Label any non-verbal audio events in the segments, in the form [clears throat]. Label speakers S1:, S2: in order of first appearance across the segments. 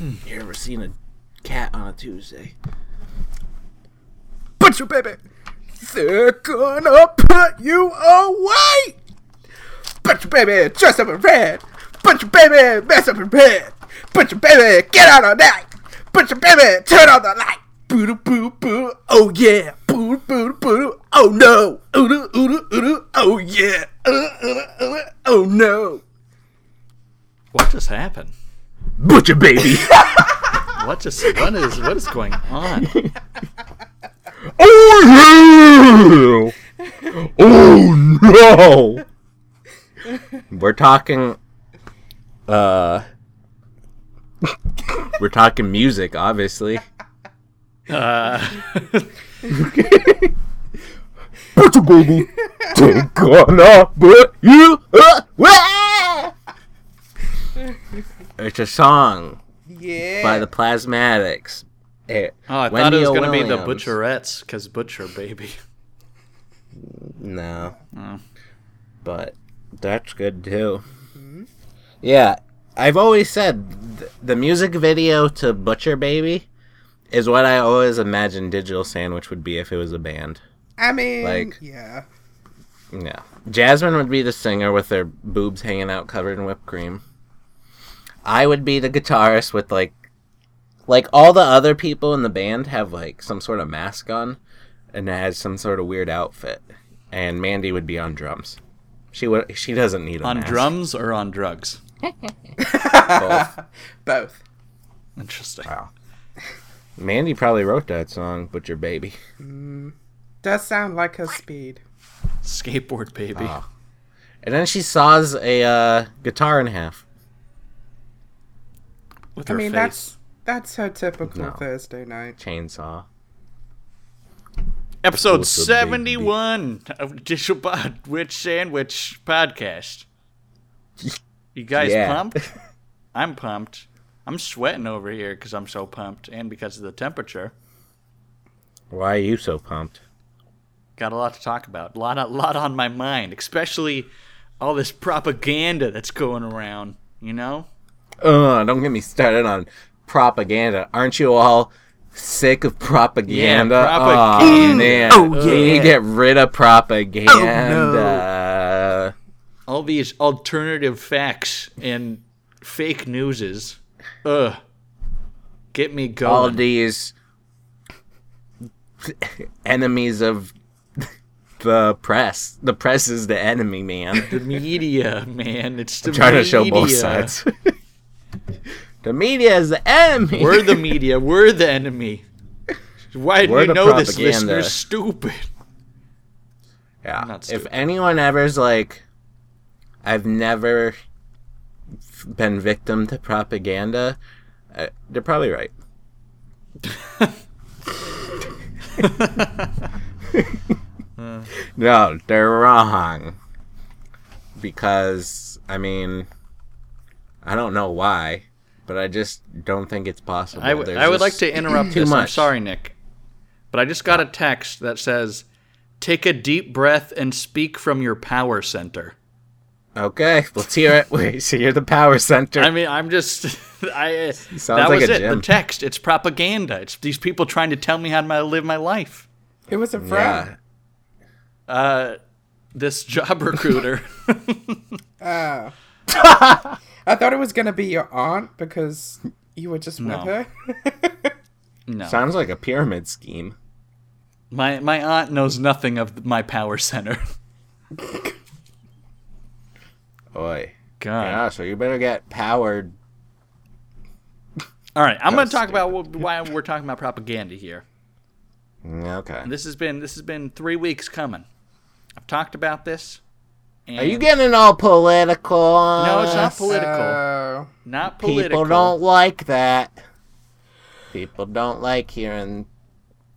S1: You ever seen a cat on a Tuesday?
S2: But you, baby, they're gonna put you away. But you, baby, dress up in red. But you, baby, mess up in red. But you, baby, get out of night. But you, baby, turn on the light. Boo boo boo. Oh yeah. Boo boo boo. Oh no. Ooh ooh ooh. Oh yeah. Ooh ooh ooh. Oh no.
S3: What just happened?
S2: Butcher baby.
S3: What just what is what is going [laughs] on?
S2: oh yeah. Oh
S1: We're talking. Uh. we're talking music, obviously.
S3: Uh,
S2: no. Butcher
S3: [laughs]
S2: baby. They're gonna put you away.
S1: It's a song
S4: Yeah.
S1: by the Plasmatics. Eh,
S3: oh, I thought
S1: Wendy
S3: it was
S1: O.
S3: going to be the
S1: Williams.
S3: Butcherettes because Butcher [laughs] Baby.
S1: No,
S3: Oh.
S1: but that's good too. Yeah, I've always said th- the music video to Butcher Baby is what I always imagined Digital Sandwich would be if it was a band.
S4: I mean,
S1: like-
S4: yeah.
S1: Yeah. Jasmine would be the singer with their boobs hanging out covered in whipped cream. I would be the guitarist with like like all the other people in the band have like some sort of mask on and has some sort of weird outfit. And Mandy would be on drums. She would she doesn't need a
S3: On
S1: mask. [laughs]
S3: drums or on drugs?
S1: Both.
S4: Both.
S3: Interesting.
S1: Ah. Mandy probably wrote that song, but your baby.
S4: Does sound like her speed.
S3: Skateboard Baby.
S1: Ah. And then she saws a uh, guitar in half.
S3: With
S4: I
S3: her
S4: mean,
S3: face.
S4: that's that's her typical
S1: No.
S4: Thursday night.
S1: Chainsaw.
S3: Episode
S1: With the baby.
S3: 71 of Digital Pod Witch Sandwich Podcast. You guys
S1: Yeah. [laughs]
S3: pumped? I'm pumped. I'm sweating over here because I'm so pumped and because of the temperature.
S1: Why are you so pumped?
S3: Got a lot to talk about. A lot, a lot on my mind, especially all this propaganda that's going around, you know?
S1: Ugh, don't get me started on propaganda. Aren't you all sick of propaganda?
S3: Yeah,
S1: Oh,
S3: propaganda.
S1: man.
S2: Oh,
S1: Ugh. We need to get rid of
S3: Oh,
S1: propaganda.
S3: all these alternative facts and fake newses. Ugh. Get me going.
S1: All these enemies of the press. The press is the enemy, man.
S3: [laughs] the media, man. It's the
S1: Trying
S3: media.
S1: to show both sides. [laughs] the media is the enemy.
S3: We're the media. We're the enemy. Why do
S1: We're
S3: you
S1: the
S3: know this? Listen,
S1: propaganda.
S3: you're stupid.
S1: Yeah.
S3: Not
S1: if
S3: stupid.
S1: anyone ever's like, I've never f- been victim to propaganda, uh, they're probably right. [laughs] no, they're wrong. Because, I mean, I don't know why, but I just don't think it's possible.
S3: I w-
S1: There's
S3: I would
S1: just
S3: like
S1: [clears throat]
S3: to interrupt
S1: too
S3: this. I'm
S1: much.
S3: sorry, Nick, but I just got a text that says, "Take a deep breath and speak from your power center."
S1: Okay, let's hear it. [laughs] Wait, so you're the power center.
S3: I mean, I'm just [laughs] I. Sounds that
S1: like
S3: was
S1: a
S3: it. The
S1: gym.
S3: text. It's propaganda. It's these people trying to tell me how to live my life.
S4: It was a
S1: yeah.
S4: friend.
S3: Uh, this
S1: [laughs]
S3: job [laughs] recruiter.
S4: I thought it was gonna be your aunt because you were just
S3: No.
S4: with her.
S3: no,
S1: Sounds like a pyramid scheme.
S3: my my aunt knows nothing of my power center. [laughs]
S1: Oi.
S3: God.
S1: Yeah, so you better get powered.
S3: All right, I'm going
S1: was
S3: to talk about
S1: [laughs]
S3: wh- why we're talking about propaganda here.
S1: Mm, Okay.
S3: This has been this has been three weeks coming. I've talked about this. And
S1: Are you getting all political?
S3: No, it's not [laughs] political.
S4: Oh,
S3: not
S1: People
S3: political.
S1: don't like that. People don't like hearing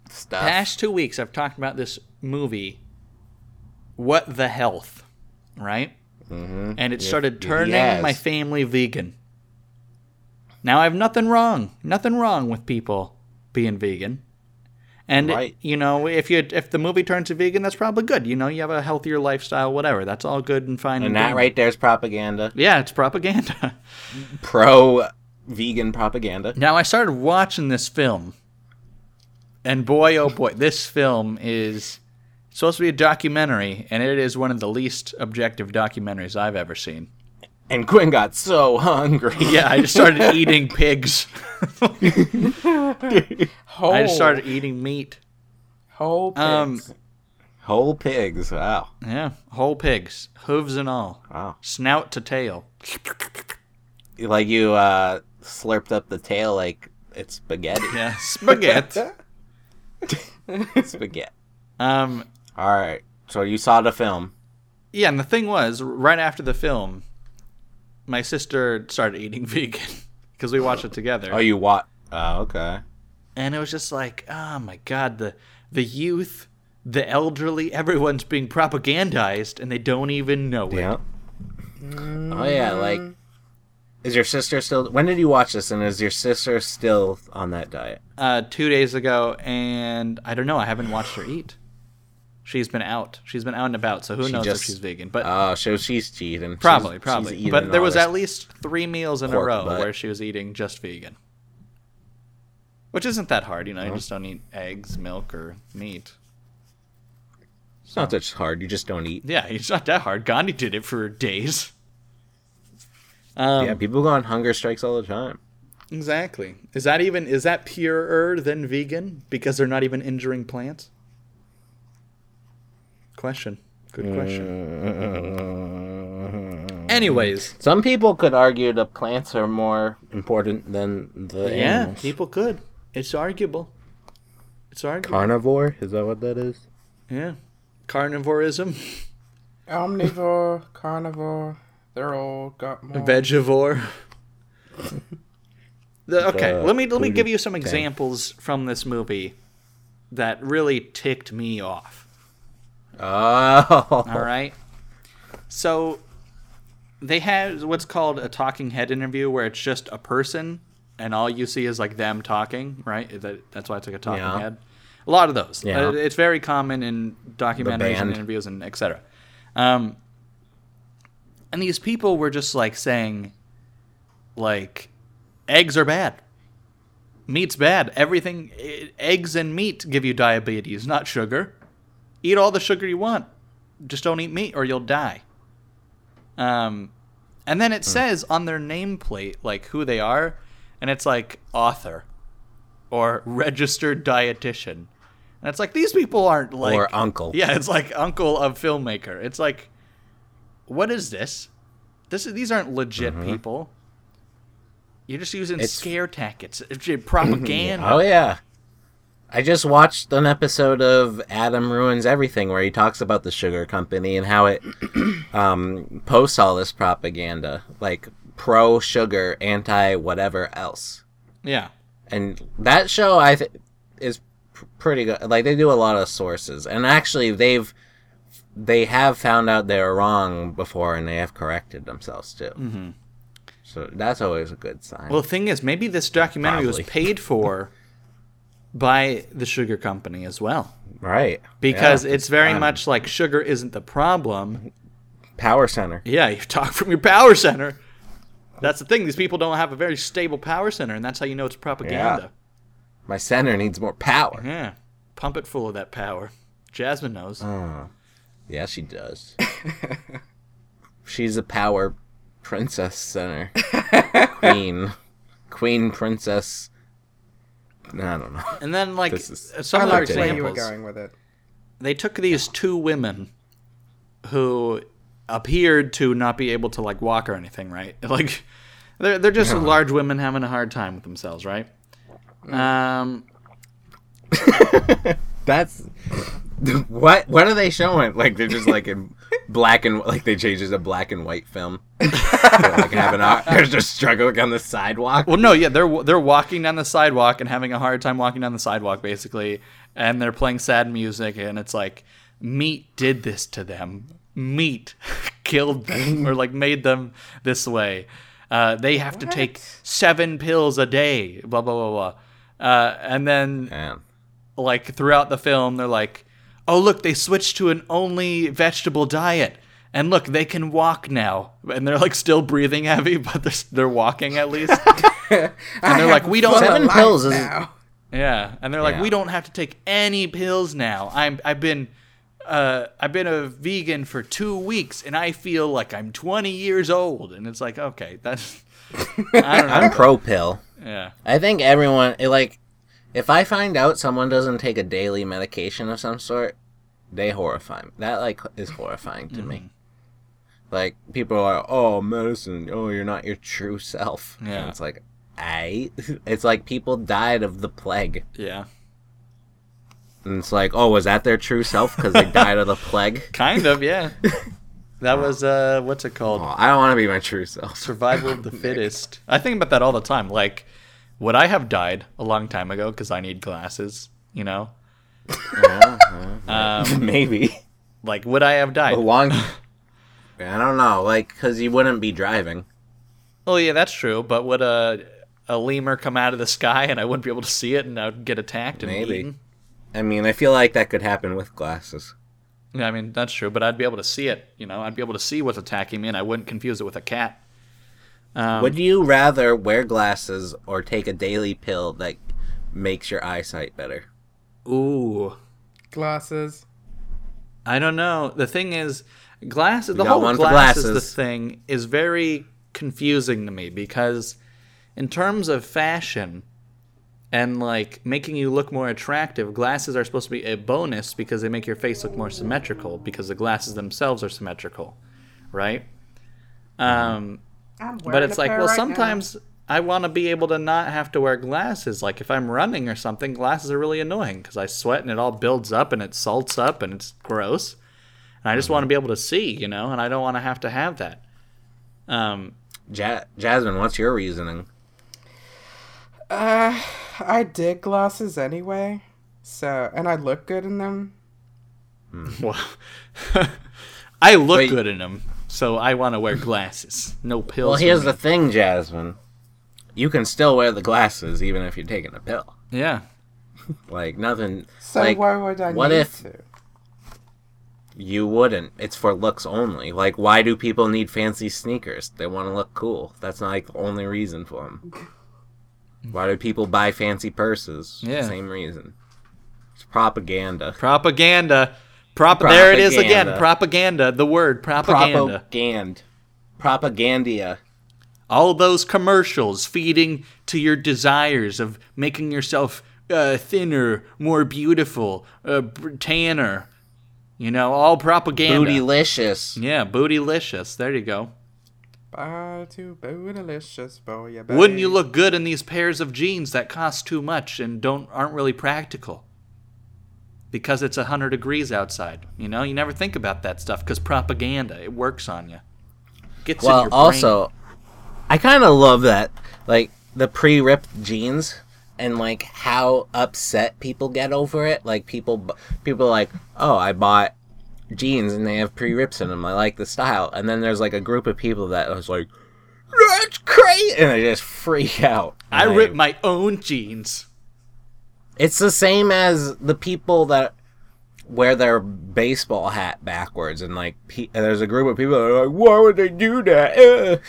S1: stuff.
S3: Past two weeks, I've talked about this movie. What the health, right? Mm-hmm. And it started turning
S1: yes.
S3: my family vegan. Now I have nothing wrong, nothing wrong with people being vegan. And
S1: Right.
S3: you know, if you if the movie turns to vegan, that's probably good. You know, you have a healthier lifestyle, whatever. That's all good and fine.
S1: and that
S3: good. [laughs]
S1: right there is propaganda.
S3: Yeah, it's propaganda.
S1: Pro vegan propaganda.
S3: Now I started watching this film, and boy, oh boy, this film is supposed to be a documentary, and it is one of the least objective documentaries I've ever seen.
S1: And Quinn got so hungry.
S3: [laughs] Yeah, I just started eating pigs. [laughs]
S4: Whole,
S3: I
S4: Oh.
S3: just started eating meat.
S4: whole pigs.
S3: Um,
S1: Whole pigs. Wow.
S3: Yeah, whole pigs, hooves and all,
S1: Wow.
S3: snout to tail.
S1: Like you uh, slurped up the tail like it's
S3: [laughs]
S1: spaghetti.
S3: Yeah, spaghetti.
S1: spaghetti.
S3: um,
S1: All right. So you saw the film.
S3: yeah, and the thing was, right after the film, my sister started eating [laughs] vegan because we watched it together.
S1: Oh, you what? Oh, okay.
S3: and it was just like oh my god the the youth the elderly everyone's being propagandized and they don't even know it
S1: Yeah. Oh yeah, like is your sister still when did you watch this and is your sister still on that diet?
S3: uh, two days ago and i don't know i haven't watched her eat she's been out she's been out and about so who knows
S1: just-
S3: if she's vegan but
S1: Oh, so she's cheating. She's-
S3: probably
S1: she's
S3: probably
S1: eating
S3: but there
S1: all
S3: was
S1: this-
S3: at least three meals in a
S1: pork
S3: row
S1: butt.
S3: where she was eating just vegan which isn't that hard you know you just don't eat eggs milk or meat
S1: It's not that it's hard, you just don't eat.
S3: yeah it's not that hard gandhi did it for days um,
S1: yeah, people go on hunger strikes all the time.
S3: Exactly. Is that even is that purer than vegan because they're not even injuring plants? Question. Good
S1: Uh,
S3: question. Anyways,
S1: Some people could argue the plants are more important than the
S3: yeah,
S1: animals.
S3: people could. It's arguable. It's arguable.
S1: Carnivore, is that what that is?
S3: yeah. Carnivorism,
S4: Omnivore, carnivore, they're all got more.
S3: vegivore. The- okay,
S1: The
S3: let me let me
S1: food
S3: give you some
S1: thing.
S3: examples from this movie that really ticked me off.
S1: Oh.
S3: All right. So they have what's called a talking head interview, where it's just a person and all you see is like them talking. Right. That, that's why it's like a talking
S1: Yeah.
S3: head. A lot of those.
S1: Yeah.
S3: Uh, it's very common in documentaries
S1: band.
S3: and interviews and etc. Um, and these people were just like saying, like, eggs are bad. Meat's bad. Everything, e- eggs and meat give you diabetes, not sugar. Eat all the sugar you want. Just don't eat meat or you'll die. Um, and then it
S1: Hmm.
S3: says on their nameplate, like, who they are, and it's like author or registered dietitian. And it's like, these people aren't like.
S1: or uncle.
S3: Yeah, it's like uncle of filmmaker. It's like, what is this? This is, these aren't legit people. You're just using
S1: Mm-hmm. It's-
S3: scare tactics, it's your propaganda.
S1: [laughs] Oh yeah. I just watched an episode of Adam Ruins Everything where he talks about the sugar company and how it
S3: [clears throat]
S1: um, posts all this propaganda, like pro sugar, anti whatever else.
S3: yeah.
S1: And that show I th- is pr- pretty good. Like they do a lot of sources, and actually they've they have found out they were wrong before, and they have corrected themselves too. Mm-hmm. So that's always a good sign.
S3: Well, the thing is, maybe this documentary was
S1: Probably.
S3: paid for by the sugar company as well,
S1: right?
S3: because
S1: Yeah.
S3: it's very much like sugar isn't the problem.
S1: Power Center.
S3: Yeah, you talk from your power center. That's the thing; these people don't have a very stable power center, and that's how you know it's propaganda.
S1: My center needs more power.
S3: Yeah. Pump it full of that power. Jasmine knows.
S1: Yeah, she does. [laughs] She's a power princess [laughs] center. Queen. Queen princess. I don't know.
S3: and then, like,
S1: this is-
S3: some
S4: I
S3: other
S4: liked where you were
S3: examples.
S4: going with it.
S3: They took these two women who appeared to not be able to, like, walk or anything, right? [laughs] Like, they're, they're just large women having a hard time with themselves, right? Um,
S1: That's what what are they showing? Like they're just like in black and like they changed it to black and white film. they're like having a, they're just struggling on the sidewalk.
S3: well, no, yeah, they're they're walking down the sidewalk and having a hard time walking down the sidewalk, basically, and they're playing sad music, and it's like, meat did this to them. Meat [laughs] killed them, or like made them this way. Uh, they have to take seven pills a day. Blah blah blah blah. Uh, and then
S1: Man.
S3: like throughout the film they're like oh look they switched to an only vegetable diet and [laughs] look they can walk now and they're like still breathing heavy but they're, they're walking at least
S4: And
S3: they're like, "We don't-
S1: Seven pills is-
S4: now.
S3: Yeah, and they're like,
S1: Yeah.
S3: we don't have to take any pills now. I'm I've been uh I've been a vegan for two weeks and I feel like I'm 20 years old. And it's like, okay, that's I
S1: [laughs]
S3: don't
S1: I'm
S3: know.
S1: pro pill.
S3: yeah,
S1: I think everyone it, like if I find out someone doesn't take a daily medication of some sort, they horrify me. That like is horrifying to
S3: Mm-hmm.
S1: me. Like people are, oh medicine, oh you're not your true self. And
S3: Yeah.
S1: it's like I. [laughs] It's like people died of the plague,
S3: yeah,
S1: and it's like, oh, was that their true self because they died
S3: [laughs]
S1: of the plague?
S3: kind of, yeah. That was uh, what's it called?
S1: Oh, I don't want to be my true self. [laughs]
S3: Survival of the fittest. I think about that all the time. Like, would I have died a long time ago because I need glasses? You know, [laughs] Um,
S1: Maybe
S3: like would I have died?
S1: a
S3: [laughs]
S1: long. I don't know, like, because you wouldn't be driving.
S3: Oh yeah, that's true. But would a a lemur come out of the sky and I wouldn't be able to see it and I would get attacked and
S1: Maybe.
S3: eaten?
S1: I mean, I feel like that could happen with glasses.
S3: Yeah, I mean that's true. But I'd be able to see it. You know, I'd be able to see what's attacking me and I wouldn't confuse it with a cat.
S1: Would you rather wear glasses or take a daily pill that makes your eyesight better?
S3: Ooh,
S4: Glasses.
S3: I don't know. The thing is, glasses. The
S1: got
S3: whole
S1: one for
S3: glasses,
S1: glasses.
S3: the thing is very confusing to me because, in terms of fashion, and like making you look more attractive, glasses are supposed to be a bonus because they make your face look more symmetrical because the glasses themselves are symmetrical, right? Um,
S4: I'm wearing
S3: but it's
S4: a
S3: like,
S4: pair
S3: well,
S4: right now.
S3: sometimes I want to be able to not have to wear glasses. Like if I'm running or something, glasses are really annoying because I sweat and it all builds up and it salts up and it's gross. And I just want to be able to see, you know, and I don't want to have to have that. Um, [laughs]
S1: Ja- Jasmine, what's your reasoning?
S4: I did glasses anyway, so and I look good in them.
S3: well, [laughs] I look
S1: Wait.
S3: good in them, so I want to wear glasses. No pills.
S1: Well,
S3: for
S1: here's
S3: me.
S1: the thing, Jasmine. You can still wear the glasses even if you're taking a pill.
S3: yeah.
S1: Like nothing.
S4: So
S1: like,
S4: why would I
S1: what
S4: need
S1: if-
S4: to?
S1: You wouldn't. It's for looks only. Like, why do people need fancy sneakers? They want to look cool. That's not like the only reason for them. Why do people buy fancy purses?
S3: Yeah.
S1: Same reason. It's propaganda.
S3: Propaganda. Prop. There it is again.
S1: Propaganda.
S3: Propaganda. The word propaganda.
S1: Propagand. Propagandia.
S3: all those commercials feeding to your desires of making yourself uh, thinner, more beautiful, uh, b- tanner. You know, all propaganda.
S1: Bootylicious.
S3: yeah, bootylicious. There you go.
S4: Buy two bootylicious boy. yeah,
S3: Wouldn't you
S4: babe.
S3: look good in these pairs of jeans that cost too much and don't aren't really practical? Because it's 100 degrees outside. You know, you never think about that stuff because propaganda, it works on you. Gets in
S1: Well,
S3: your brain.
S1: also, I kind of love that, like the pre-ripped jeans and like how upset people get over it. Like people, bu- people are like, oh, I bought jeans and they have pre-rips in them. I like the style. And then there's like a group of people that was like, that's crazy, and they just freak out.
S3: I
S1: Like,
S3: rip my own jeans.
S1: It's the same as the people that wear their baseball hat backwards, and like pe- and there's a group of people that are like, why would they do that? [laughs] Ugh."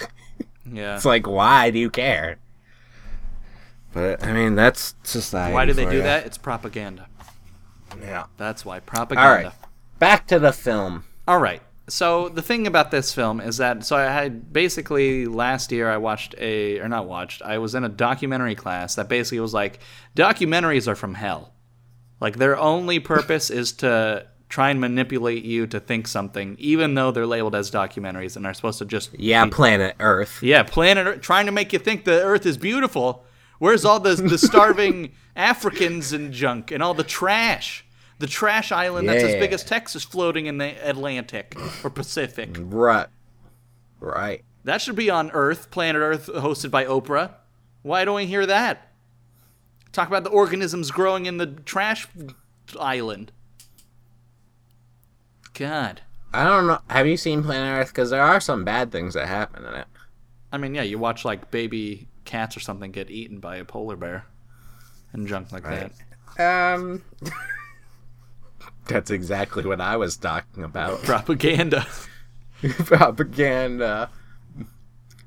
S3: Yeah.
S1: It's like, why do you care? But I mean, that's society.
S3: Why do they
S1: for
S3: do
S1: ya.
S3: that? It's propaganda.
S1: Yeah.
S3: That's why
S1: All right.
S3: propaganda.
S1: Back to the film.
S3: All right. So the thing about this film is that so I had basically last year I watched a or not watched I was in a documentary class that basically was like documentaries are from hell. Like their only purpose is to try and manipulate you to think something even though they're labeled as documentaries and are supposed to just
S1: Yeah, planet Earth.
S3: Yeah, planet Earth, trying to make you think the Earth is beautiful. Where's all the the starving Africans and junk and all the trash? The trash island that's as big
S1: Yeah.
S3: as Texas floating in the Atlantic or Pacific.
S1: Right. Right.
S3: That should be on Earth, planet Earth, hosted by Oprah. Why don't we hear that? Talk about the organisms growing in the trash island. God.
S1: I don't know. Have you seen Planet Earth? Because there are some bad things that happen in it.
S3: I mean, yeah, you watch like baby cats or something get eaten by a polar bear and junk like that.
S4: Um,
S1: [laughs] That's exactly what I was talking about.
S3: propaganda.
S1: [laughs] uh, propaganda.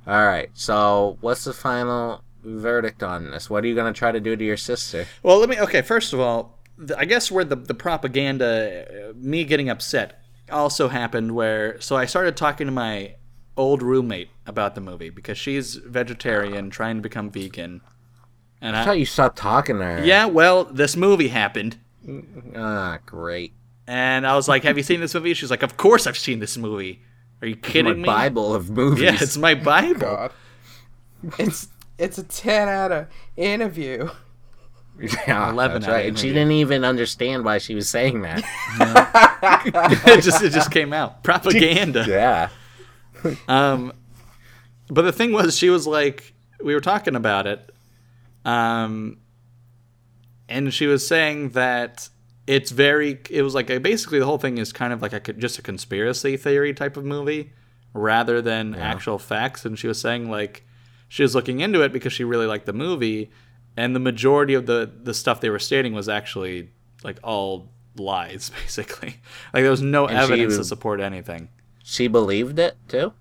S1: All right. So, what's the final verdict on this? What are you going to try to do to your sister?
S3: Well, let me. Okay, first of all, th- I guess where the the propaganda, uh, me getting upset, also happened where. So I started talking to my old roommate about the movie because she's vegetarian, trying to become vegan, and
S1: I
S3: I.
S1: thought you stopped talking to her.
S3: Yeah, well, this movie happened,
S1: Ah, great.
S3: and I was like, "Have you seen this movie?" She's like, "Of course I've seen this movie." Are you
S1: My
S3: kidding me?
S1: Bible of movies.
S3: Yeah, it's my Bible.
S4: God. It's it's a ten out of interview.
S1: [laughs] Yeah,
S3: 11
S1: that's
S3: out of
S1: right. And she
S3: interview.
S1: didn't even understand why she was saying
S3: [laughs]
S1: that. Oh.
S3: it just it just
S1: [laughs]
S3: came out. Propaganda.
S1: yeah.
S3: Um, but the thing was, she was like, we were talking about it, um, and she was saying that it's very. It was like a, basically the whole thing is kind of like a co- just a conspiracy theory type of movie, rather than actual facts. And she was saying like she was looking into it because she really liked the movie, and the majority of the the stuff they were stating was actually like all lies [laughs] basically like there was no
S1: she
S3: evidence to
S1: was-
S3: support anything
S1: She believed it too.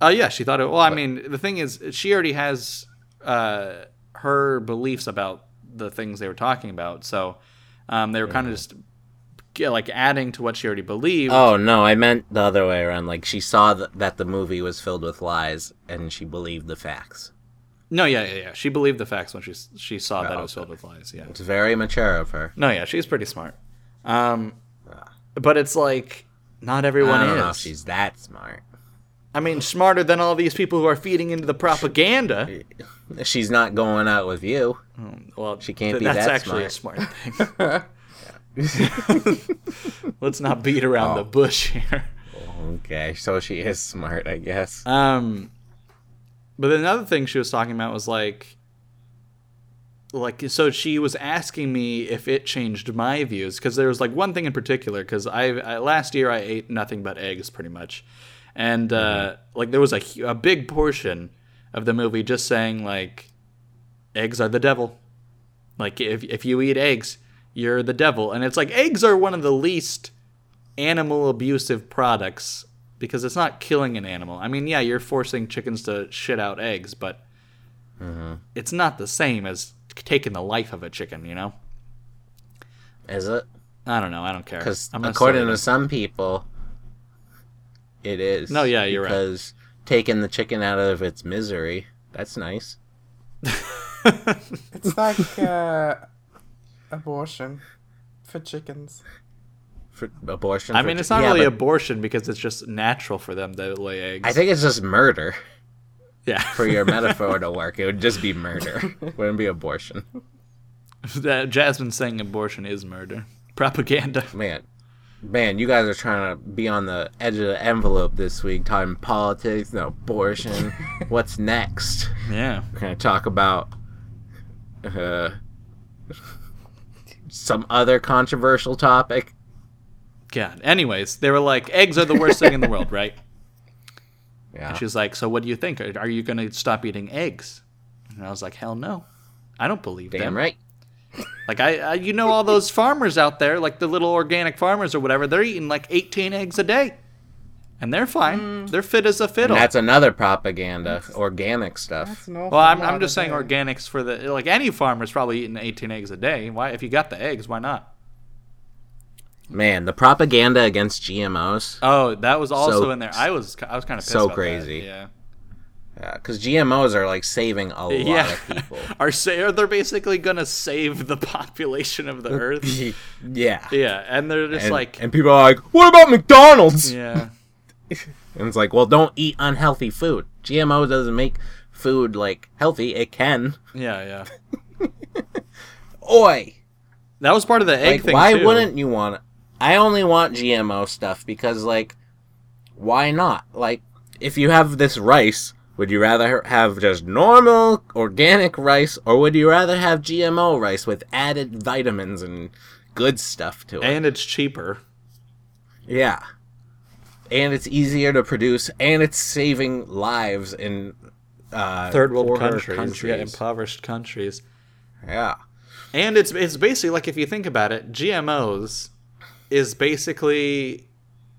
S3: Oh yeah, she thought it. Well, I mean, the thing is, she already has uh, her beliefs about the things they were talking about, so um, they were kind of just yeah, like adding to what she already believed.
S1: Oh no, I meant the other way around. Like she saw th- that the movie was filled with lies, and she believed the facts.
S3: No, yeah, yeah, yeah. She believed the facts when she s- she saw that it was filled with lies. Yeah.
S1: It's very mature of her.
S3: No, yeah, she's pretty smart. Um, but it's like not everyone
S1: I don't know if
S3: is.
S1: she's that smart. [laughs]
S3: I mean, smarter than all these people who are feeding into the propaganda.
S1: She's not going out with you.
S3: Well, she
S1: can't be
S3: That's
S1: that
S3: actually a smart
S1: [laughs]
S3: thing. [laughs] Let's not beat around
S1: Oh.
S3: the bush here.
S1: Okay, so she is smart, I guess.
S3: Um, but then another thing she was talking about was like, like so she was asking me if it changed my views because there was like one thing in particular because I, I last year I ate nothing but eggs pretty much, and uh, like there was a hu- a big portion of the movie just saying like, eggs are the devil, like if if you eat eggs you're the devil, and it's like eggs are one of the least animal abusive products because it's not killing an animal. I mean, yeah, you're forcing chickens to shit out eggs, but
S1: Mm-hmm.
S3: it's not the same as taking the life of a chicken, you know?
S1: is it?
S3: I don't know. I don't care.
S1: Because
S3: I'm gonna
S1: according
S3: say
S1: to
S3: it.
S1: some people, it is.
S3: No, yeah, you're right.
S1: Because taking the chicken out of its misery, that's nice.
S3: [laughs]
S4: It's like uh, abortion for chickens.
S1: For abortion.
S3: I
S1: for
S3: mean,
S1: chi-
S3: it's not
S1: yeah,
S3: really
S1: but
S3: abortion because it's just natural for them to lay eggs.
S1: I think it's just murder.
S3: yeah. [laughs]
S1: For your metaphor to work, it would just be murder. Wouldn't be abortion.
S3: That Jasmine saying abortion is murder.
S1: [laughs]
S3: Propaganda.
S1: Man, man, you guys are trying to be on the edge of the envelope this week, talking politics, no abortion.
S3: [laughs]
S1: What's next?
S3: Yeah.
S1: We're gonna talk about uh, some other controversial topic.
S3: God. Anyways, they were like, eggs are the worst thing in the world, right?
S1: Yeah, Oh.
S3: And she was like, "So what do you think? Are, are you going to stop eating eggs?" And I was like, "Hell no, I don't believe
S1: damn
S3: them."
S1: right.
S3: Like I, I, you know, all those farmers out there, like the little organic farmers or whatever, they're eating like 18 eggs a day, and they're fine. They're fit as a fiddle.
S1: Mm. That's another propaganda, organic
S4: That's
S1: stuff.
S4: an awful
S3: well, I'm,
S4: lot
S3: I'm just
S4: of
S3: saying
S4: eggs.
S3: organics for the like any farmer's probably eating 18 eggs a day. Why, if you got the eggs, why not?
S1: Man, the propaganda against GMOs.
S3: Oh, that was also
S1: So-
S3: in there. I was, I was kind of pissed
S1: so
S3: about that.
S1: crazy.
S3: Yeah.
S1: Because GMOs are like saving a lot
S3: Yeah.
S1: of [laughs] people.
S3: Are say are they're basically gonna save the [laughs] population of
S1: [laughs]
S3: the earth?
S1: yeah.
S3: yeah, and they're just
S1: and,
S3: like,
S1: and people are like, "What about McDonald's?"
S3: yeah.
S1: And it's like, "Well, don't eat unhealthy food. GMO doesn't make food like healthy. It can."
S3: Yeah, yeah.
S1: Oi,
S3: That was part of the egg
S1: like,
S3: thing.
S1: why
S3: too.
S1: wouldn't you want it? I only want GMO stuff because, like, why not? Like, if you have this rice, would you rather have just normal organic rice, or would you rather have GMO rice with added vitamins and good stuff to it?
S3: And it's cheaper.
S1: Yeah. And it's easier to produce, and it's saving lives in uh,
S3: Third world
S1: poorer
S3: countries, yeah, impoverished countries.
S1: yeah.
S3: And it's it's basically like if you think about it, GMOs is basically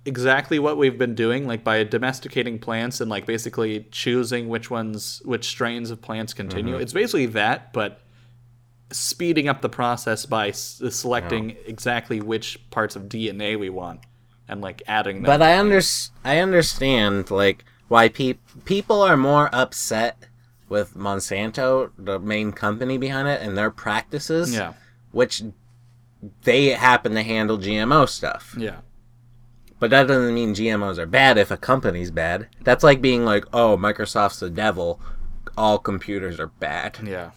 S3: exactly what we've been doing, like by domesticating plants and like basically choosing which ones, which strains of plants continue. It's basically that, but speeding up the process by s- selecting exactly which parts of DNA we want and like adding them.
S1: But I under- I understand like why pe- people are more upset with Monsanto, the main company behind it, and their practices.
S3: yeah,
S1: Which they happen to handle GMO stuff.
S3: yeah,
S1: But that doesn't mean GMOs are bad if a company's bad. That's like being like, oh, Microsoft's the devil. All computers are bad.
S3: yeah.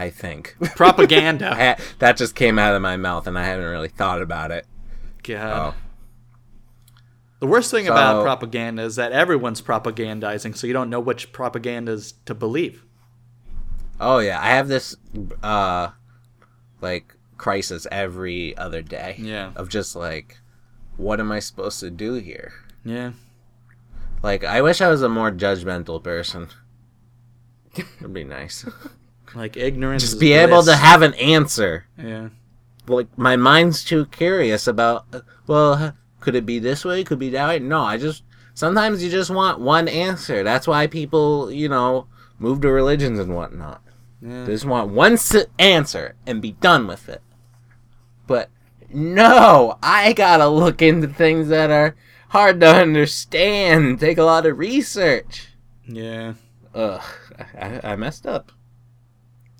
S1: I think. [laughs]
S3: [laughs] Propaganda.
S1: I, that just came out of my mouth and I haven't really thought about it.
S3: God. The worst thing about
S1: So-
S3: propaganda is that everyone's propagandizing, so you don't know which propagandas to believe.
S1: Oh yeah, I have this uh like crisis every other day.
S3: Yeah.
S1: Of just like what am I supposed to do here?
S3: Yeah.
S1: Like I wish I was a more judgmental
S3: [laughs]
S1: person. It'd be nice.
S3: Like ignorance.
S1: just
S3: is
S1: be able to
S3: bliss.
S1: have an answer.
S3: Yeah.
S1: Like my mind's too curious about uh, well, h- could it be this way? Could be that way? No, I just sometimes you just want one answer. That's why people, you know, move to religions and whatnot.
S3: Yeah.
S1: They just want one s- answer and be done with it. But no, I gotta look into things that are hard to understand, take a lot of research.
S3: Yeah.
S1: Ugh, I, I messed up.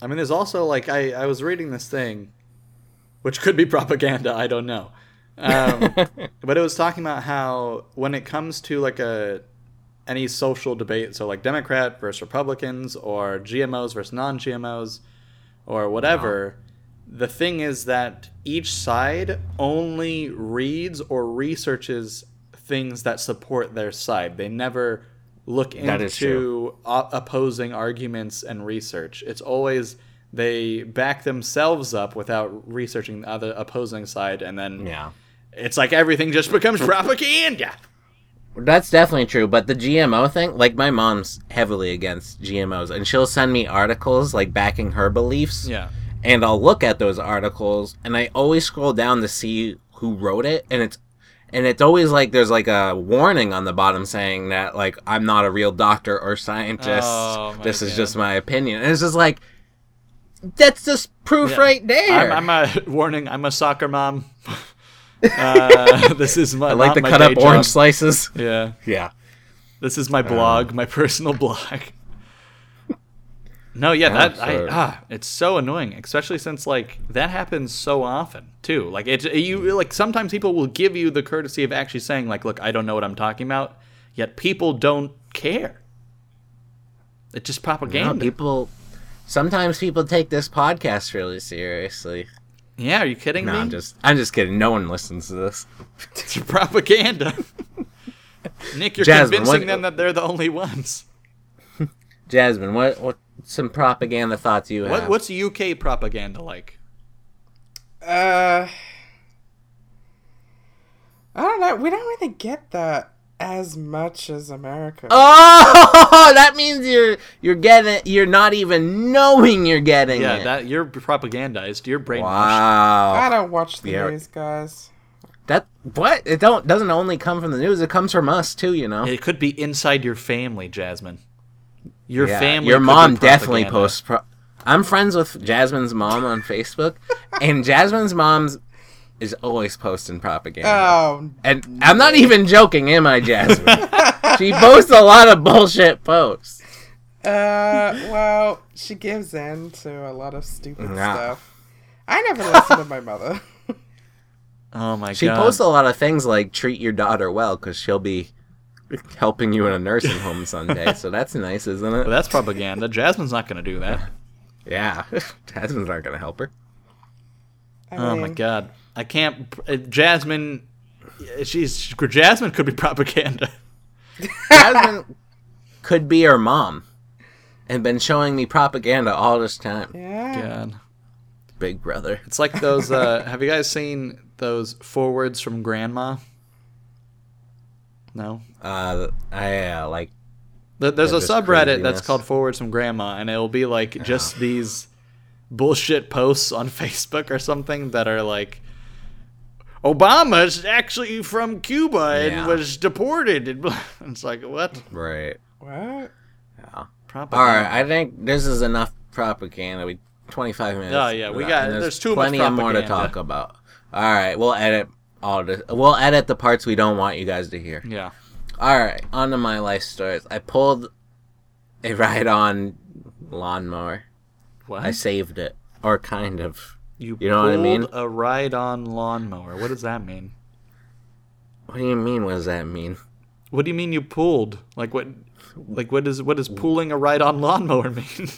S3: I mean, there's also like I, I was reading this thing, which could be propaganda. I don't know, um, but it was talking about how when it comes to like a any social debate, so like Democrat versus Republicans or GMOs versus non-GMOs or whatever, the thing is that each side only reads or researches things that support their side. They never look
S1: That is true.
S3: into o- opposing arguments and research. It's always they back themselves up without researching the other opposing side, and
S1: [laughs]
S3: then
S1: Yeah.
S3: it's like everything just becomes propaganda.
S1: That's definitely true, but the GMO thing, like my mom's heavily against GMOs, and she'll send me articles like backing her beliefs.
S3: Yeah,
S1: and I'll look at those articles and I always scroll down to see who wrote it and it's and it's always like there's like a warning on the bottom saying that like I'm not a real doctor or scientist.
S3: Oh, my
S1: this is
S3: God.
S1: just my opinion. And it's just like that's just proof right there.
S3: I'm, I'm a [laughs] warning. I'm a
S1: [laughs]
S3: soccer mom. [laughs] uh, this is my.
S1: I like to
S3: my
S1: cut
S3: day
S1: up
S3: job.
S1: orange Uh. slices. [laughs]
S3: Yeah,
S1: Yeah.
S3: this is my blog, my [laughs] personal blog. No, yeah, that I,
S1: so-
S3: ah, it's so annoying, especially since like that happens so often too. Like it, you like sometimes people will give you the courtesy of actually saying like, "Look, I don't know what I'm talking about," yet people don't care. It's just
S1: No,
S3: propaganda.
S1: people sometimes people take this podcast really seriously.
S3: yeah, are you kidding
S1: No,
S3: me?
S1: I'm just I'm just kidding. No one listens to this.
S3: [laughs] It's propaganda. Nick, you're
S1: Jasmine,
S3: convincing
S1: what-
S3: them that they're the only ones.
S1: Jasmine, what what some propaganda thoughts you
S3: What
S1: have?
S3: what's UK propaganda like?
S4: Uh, I don't know. We don't really get that as much as America.
S1: [laughs] Oh, that means you're you're getting you're not even knowing you're getting
S3: Yeah,
S1: it.
S3: that you're propagandized. You're brainwashed.
S4: I
S1: wow.
S4: don't watch the
S1: Yeah.
S4: news, guys.
S1: That what? It don't doesn't only come from the news, it comes from us too, you know.
S3: It could be inside your family, Jasmine. Your
S1: Yeah,
S3: family.
S1: Your
S3: could be
S1: mom definitely
S3: propaganda.
S1: posts pro- I'm friends with Jasmine's mom on Facebook
S3: [laughs]
S1: and Jasmine's mom's is always posting propaganda.
S4: Oh,
S1: and I'm not even joking, am I, Jasmine? she posts a lot of bullshit posts.
S4: uh, well, she gives in to a lot of stupid
S1: Nah.
S4: stuff. I never listened to my mother.
S3: Oh my
S1: She
S3: god.
S1: posts a lot of things like treat your daughter well because she'll be helping you in a nursing home someday. so that's nice, isn't
S3: Well, [laughs]
S1: it?
S3: that's propaganda. Jasmine's not going to do that.
S1: Yeah. [laughs] Jasmine's not going to help her.
S4: I
S3: Oh my
S4: mean,
S3: god. I can't. uh, Jasmine. She's Jasmine could be propaganda.
S1: Jasmine could be her mom and been showing me propaganda all this time.
S4: Yeah.
S3: God.
S1: Big brother.
S3: It's like those. Uh, [laughs] have you guys seen those forwards from Grandma? No.
S1: Uh, I uh, like.
S3: Th- There's a
S1: just
S3: subreddit that's
S1: craziness.
S3: called Forwards from Grandma, and it'll be like just [laughs] these bullshit posts on Facebook or something that are like, Obama's actually from Cuba and
S1: Yeah.
S3: was deported. And [laughs] blah- it's like, what?
S1: Right.
S4: What?
S1: All right.
S3: Propaganda.
S1: I think this is enough propaganda. We twenty five minutes.
S3: Oh, yeah, we
S1: And
S3: got- there's too much
S1: plenty of more to
S3: propaganda.
S1: talk about. All right, we'll edit all this. We'll edit the parts we don't want you guys to hear.
S3: Yeah.
S1: All right, on to my life stories. I pulled a ride-on lawnmower.
S3: What?
S1: I saved it, or kind of.
S3: you,
S1: you know what I
S3: pulled
S1: mean?
S3: A ride on lawnmower. What does that mean?
S1: What do you mean? What does that mean?
S3: What do you mean you pulled? Like what? Like what does what does pulling a ride on lawnmower [laughs] mean?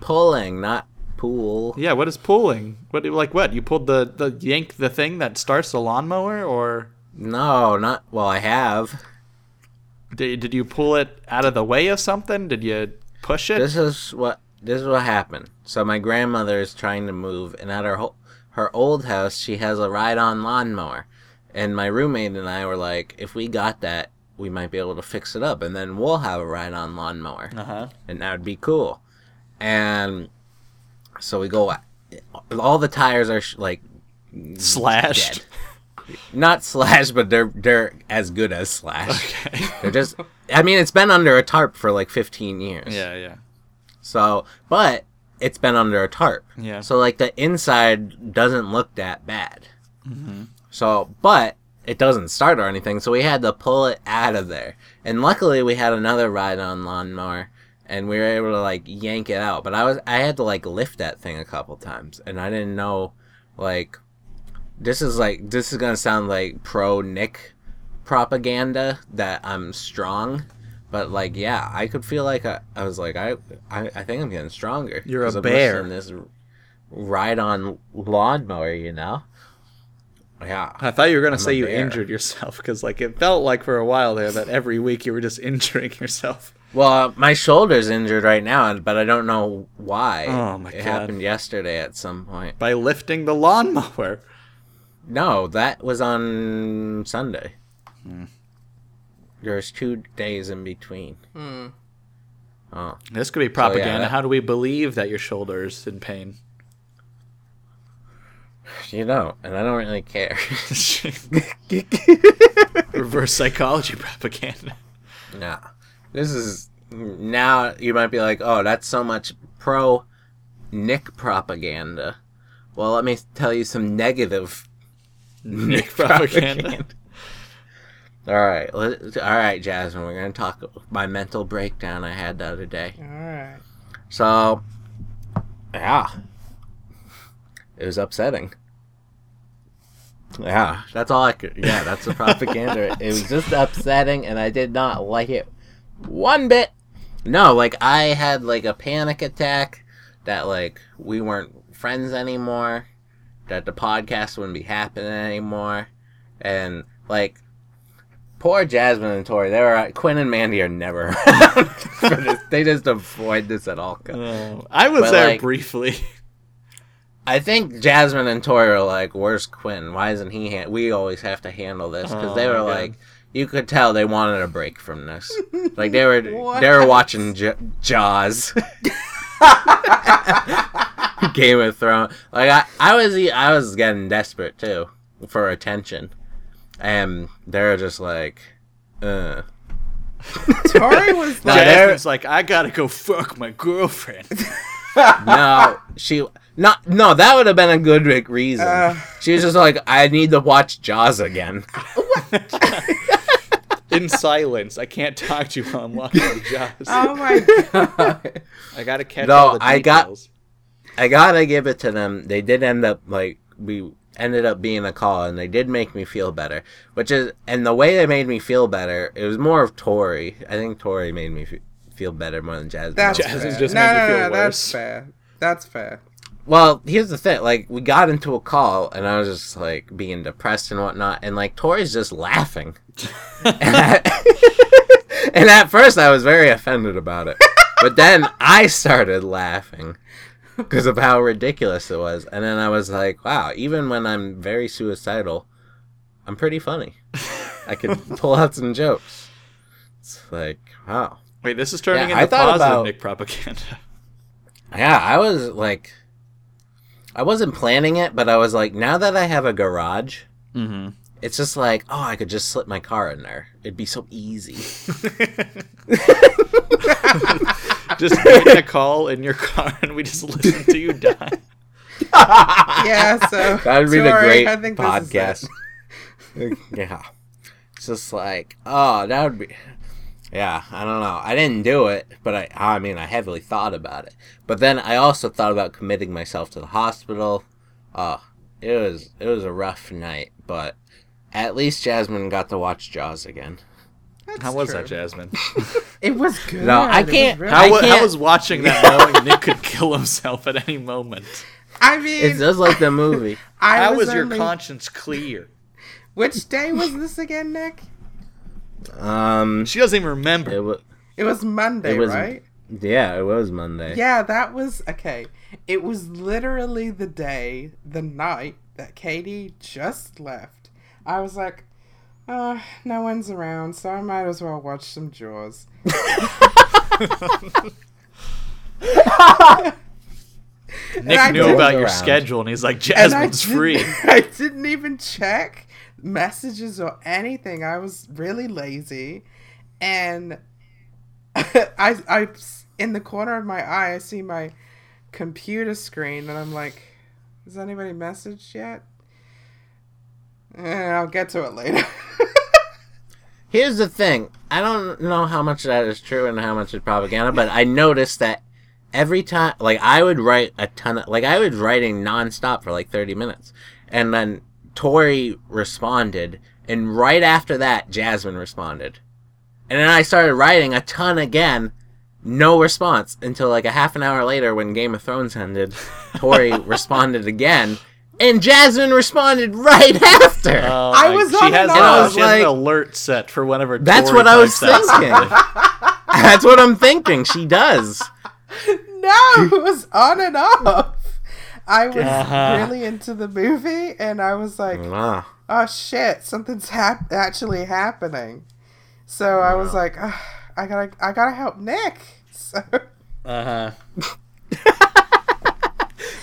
S1: Pulling, not pool.
S3: yeah. What is pulling? What do- like what? You pulled the the yank the thing that starts the lawnmower, or
S1: No, not. Well, I have.
S3: did, did you pull it out of the way of something? Did you push it?
S1: This is what this is what happened. So my grandmother is trying to move, and at her ho- her old house, she has a ride-on lawnmower. And my roommate and I were like, if we got that, we might be able to fix it up, and then we'll have a ride-on lawnmower,
S3: uh huh.
S1: and that would be cool. And so we go. All the tires are sh- like
S3: Slashed.
S1: dead. Not [laughs] slashed, but they're they're as good as slashed. They're just. I mean, it's been under a tarp for like 15 years.
S3: [laughs] Yeah. Yeah.
S1: So, but it's been under a tarp.
S3: Yeah.
S1: So like the inside doesn't look that bad. So, but it doesn't start or anything. So we had to pull it out of there. And luckily, we had another ride on lawnmower, and we were able to like yank it out. But I was I had to like lift that thing a couple times, and I didn't know like this is like this is gonna sound like pro Nick propaganda that I'm strong. But like, yeah, I could feel like I, I was like, I, I, I think I'm getting stronger.
S3: You're a
S1: 'Cause I'm
S3: bear.
S1: lifting This ride-on lawnmower, you know. Yeah.
S3: I thought you were gonna say
S1: a
S3: you
S1: bear.
S3: injured yourself because like it felt like for a while there that every week you were just [laughs] injuring yourself.
S1: Well, uh, my shoulder's injured right now, but I don't know why.
S3: Oh, my
S1: it
S3: God.
S1: happened yesterday at some point.
S3: by lifting the lawnmower.
S1: No, that was on Sunday. There's two days in between. Oh,
S3: This could be propaganda.
S1: that-
S3: How do we believe that your shoulder is in pain?
S1: you know, and I don't really care. [laughs]
S3: [laughs] Reverse psychology propaganda.
S1: No. This is now you might be like, "Oh, that's so much pro Nick propaganda." Well, let me tell you some negative Nick
S3: propaganda.
S1: All right. let- All right, Jasmine, we're going to talk my mental breakdown I had the other day.
S4: All right.
S1: So, yeah. It was upsetting. Yeah, that's all I could. Yeah, that's the [laughs] propaganda. it was just upsetting, and I did not like it one bit. No, like, I had, like, a panic attack that, like, we weren't friends anymore, that the podcast wouldn't be happening anymore, and, like, Poor Jasmine and Tori. They were Quinn and Mandy are never [laughs] around. for this. They just avoid this at all costs.
S3: Oh, I was
S1: But,
S3: there
S1: like-
S3: briefly.
S1: I think Jasmine and Tori are like, "Where's Quinn? Why isn't he? Ha- we always have to handle this because they
S3: Oh,
S1: were
S3: my God.
S1: like, you could tell they wanted a break from
S3: [laughs]
S1: this. like they were they were watching J-
S3: [laughs]
S1: Jaws, [laughs] Game of Thrones. Like I, I was e- I was getting desperate too for attention, and they're just like, uh.
S3: uh,
S4: Tori was
S1: No,
S4: like,
S1: they're-
S3: Jasmine's like, I gotta go fuck my girlfriend.
S1: no, she not no. That would have been a good like, reason.
S4: Uh.
S1: she was just like, I need to watch Jaws
S3: [laughs]
S1: again.
S3: [laughs]
S1: [laughs]
S3: In silence. I can't talk to you while I'm watching Jaws.
S4: oh my.
S3: I gotta catch
S1: No,
S3: all the
S1: I got-
S3: details.
S1: I gotta give it to them. They did end up like we ended up being a call, and they did make me feel better. Which is and the way they made me feel better, it was more of Tori. I think Tori made me fe- feel better more than Jasmine.
S4: That's
S3: Jasmine's
S4: fair.
S3: just
S4: no,
S3: made
S4: no,
S3: you feel
S4: no,
S3: worse.
S4: That's fair. That's fair.
S1: Well, here's the thing. Like, we got into a call, and I was just like being depressed and whatnot, and like Tori's just laughing. [laughs] and, I- and at first, I was very offended about it, but then I started laughing because of how ridiculous it was, and then I was like, "Wow, even when I'm very suicidal, I'm pretty funny. I can pull out some jokes." It's like, wow.
S3: Wait, this is turning
S1: Yeah, I
S3: into
S1: thought
S3: positive
S1: about-
S3: Nick propaganda. [laughs]
S1: Yeah, I was like, I wasn't planning it, but I was like, now that I have a garage,
S3: Mm-hmm.
S1: It's just like, oh, I could just slip my car in there. It'd be so easy.
S4: [laughs]
S3: Just getting a call in your car, and we just listen to you [laughs] die.
S4: Yeah, so
S1: [laughs] That would be the
S4: Tori,
S1: great
S4: I think this
S1: podcast.
S4: is [laughs] it.
S1: yeah. It's just like, oh, that would be. Yeah, I don't know. I didn't do it, but I, I mean, I heavily thought about it. But then I also thought about committing myself to the hospital. Uh, it was it was a rough night, but at least Jasmine got to watch Jaws again.
S4: That's
S3: How was
S4: true.
S3: that, Jasmine?
S4: It was good.
S1: No, I
S4: It was
S1: can't-
S4: really-
S3: How,
S1: I
S3: wa- how
S1: can't-
S3: was watching that knowing Nick could kill himself at any moment?
S4: I mean,
S1: It's just like the movie.
S4: I
S3: How
S4: was,
S3: was your
S4: only-
S3: conscience clear?
S4: Which day was this again, Nick?
S1: Um,
S3: She doesn't even
S1: it
S3: remember.
S1: was
S4: It was Monday,
S1: It was-
S4: right?
S1: yeah, it was Monday.
S4: Yeah, that was okay. It was literally the day, the night that Katie just left. I was like, uh, no one's around, so I might as well watch some Jaws. I
S3: Nick knew
S4: did-
S3: about your
S1: around.
S3: schedule, and he's like,
S4: And I
S3: "Jasmine's [laughs]
S4: didn't- [laughs]
S3: free."
S4: I didn't even check messages or anything. I was really lazy, and [laughs] I, I, in the corner of my eye, I see my computer screen, and I'm like, "Has anybody messaged yet?" Eh, I'll get to it later. [laughs]
S1: Here's the thing. I don't know how much of that is true and how much is propaganda, but I noticed that every time, like, I would write a ton of, like, I was writing nonstop for like 30 minutes. And then Tori responded, and right after that, Jasmine responded. And then I started writing a ton again, no response until like a half an hour later when Game of Thrones ended. Tori responded again, and Jasmine responded right [laughs] after.
S3: Oh
S4: I
S3: my-
S4: was
S3: she
S4: on
S3: has,
S4: an
S3: an-
S1: hour.
S3: she has
S1: Like-
S3: an alert set for whenever.
S1: That's
S3: Tori
S1: what I was
S3: types out
S1: thinking.
S3: [laughs] something.
S1: That's what I'm thinking. She does.
S4: no,
S3: [laughs]
S4: it was on and off. I was
S3: Uh-huh.
S4: really into the movie, and I was like,
S1: Wow.
S4: oh shit, something's hap- actually happening. So I was like, "Ugh, I gotta, I gotta help Nick. [laughs] So
S3: Uh-huh.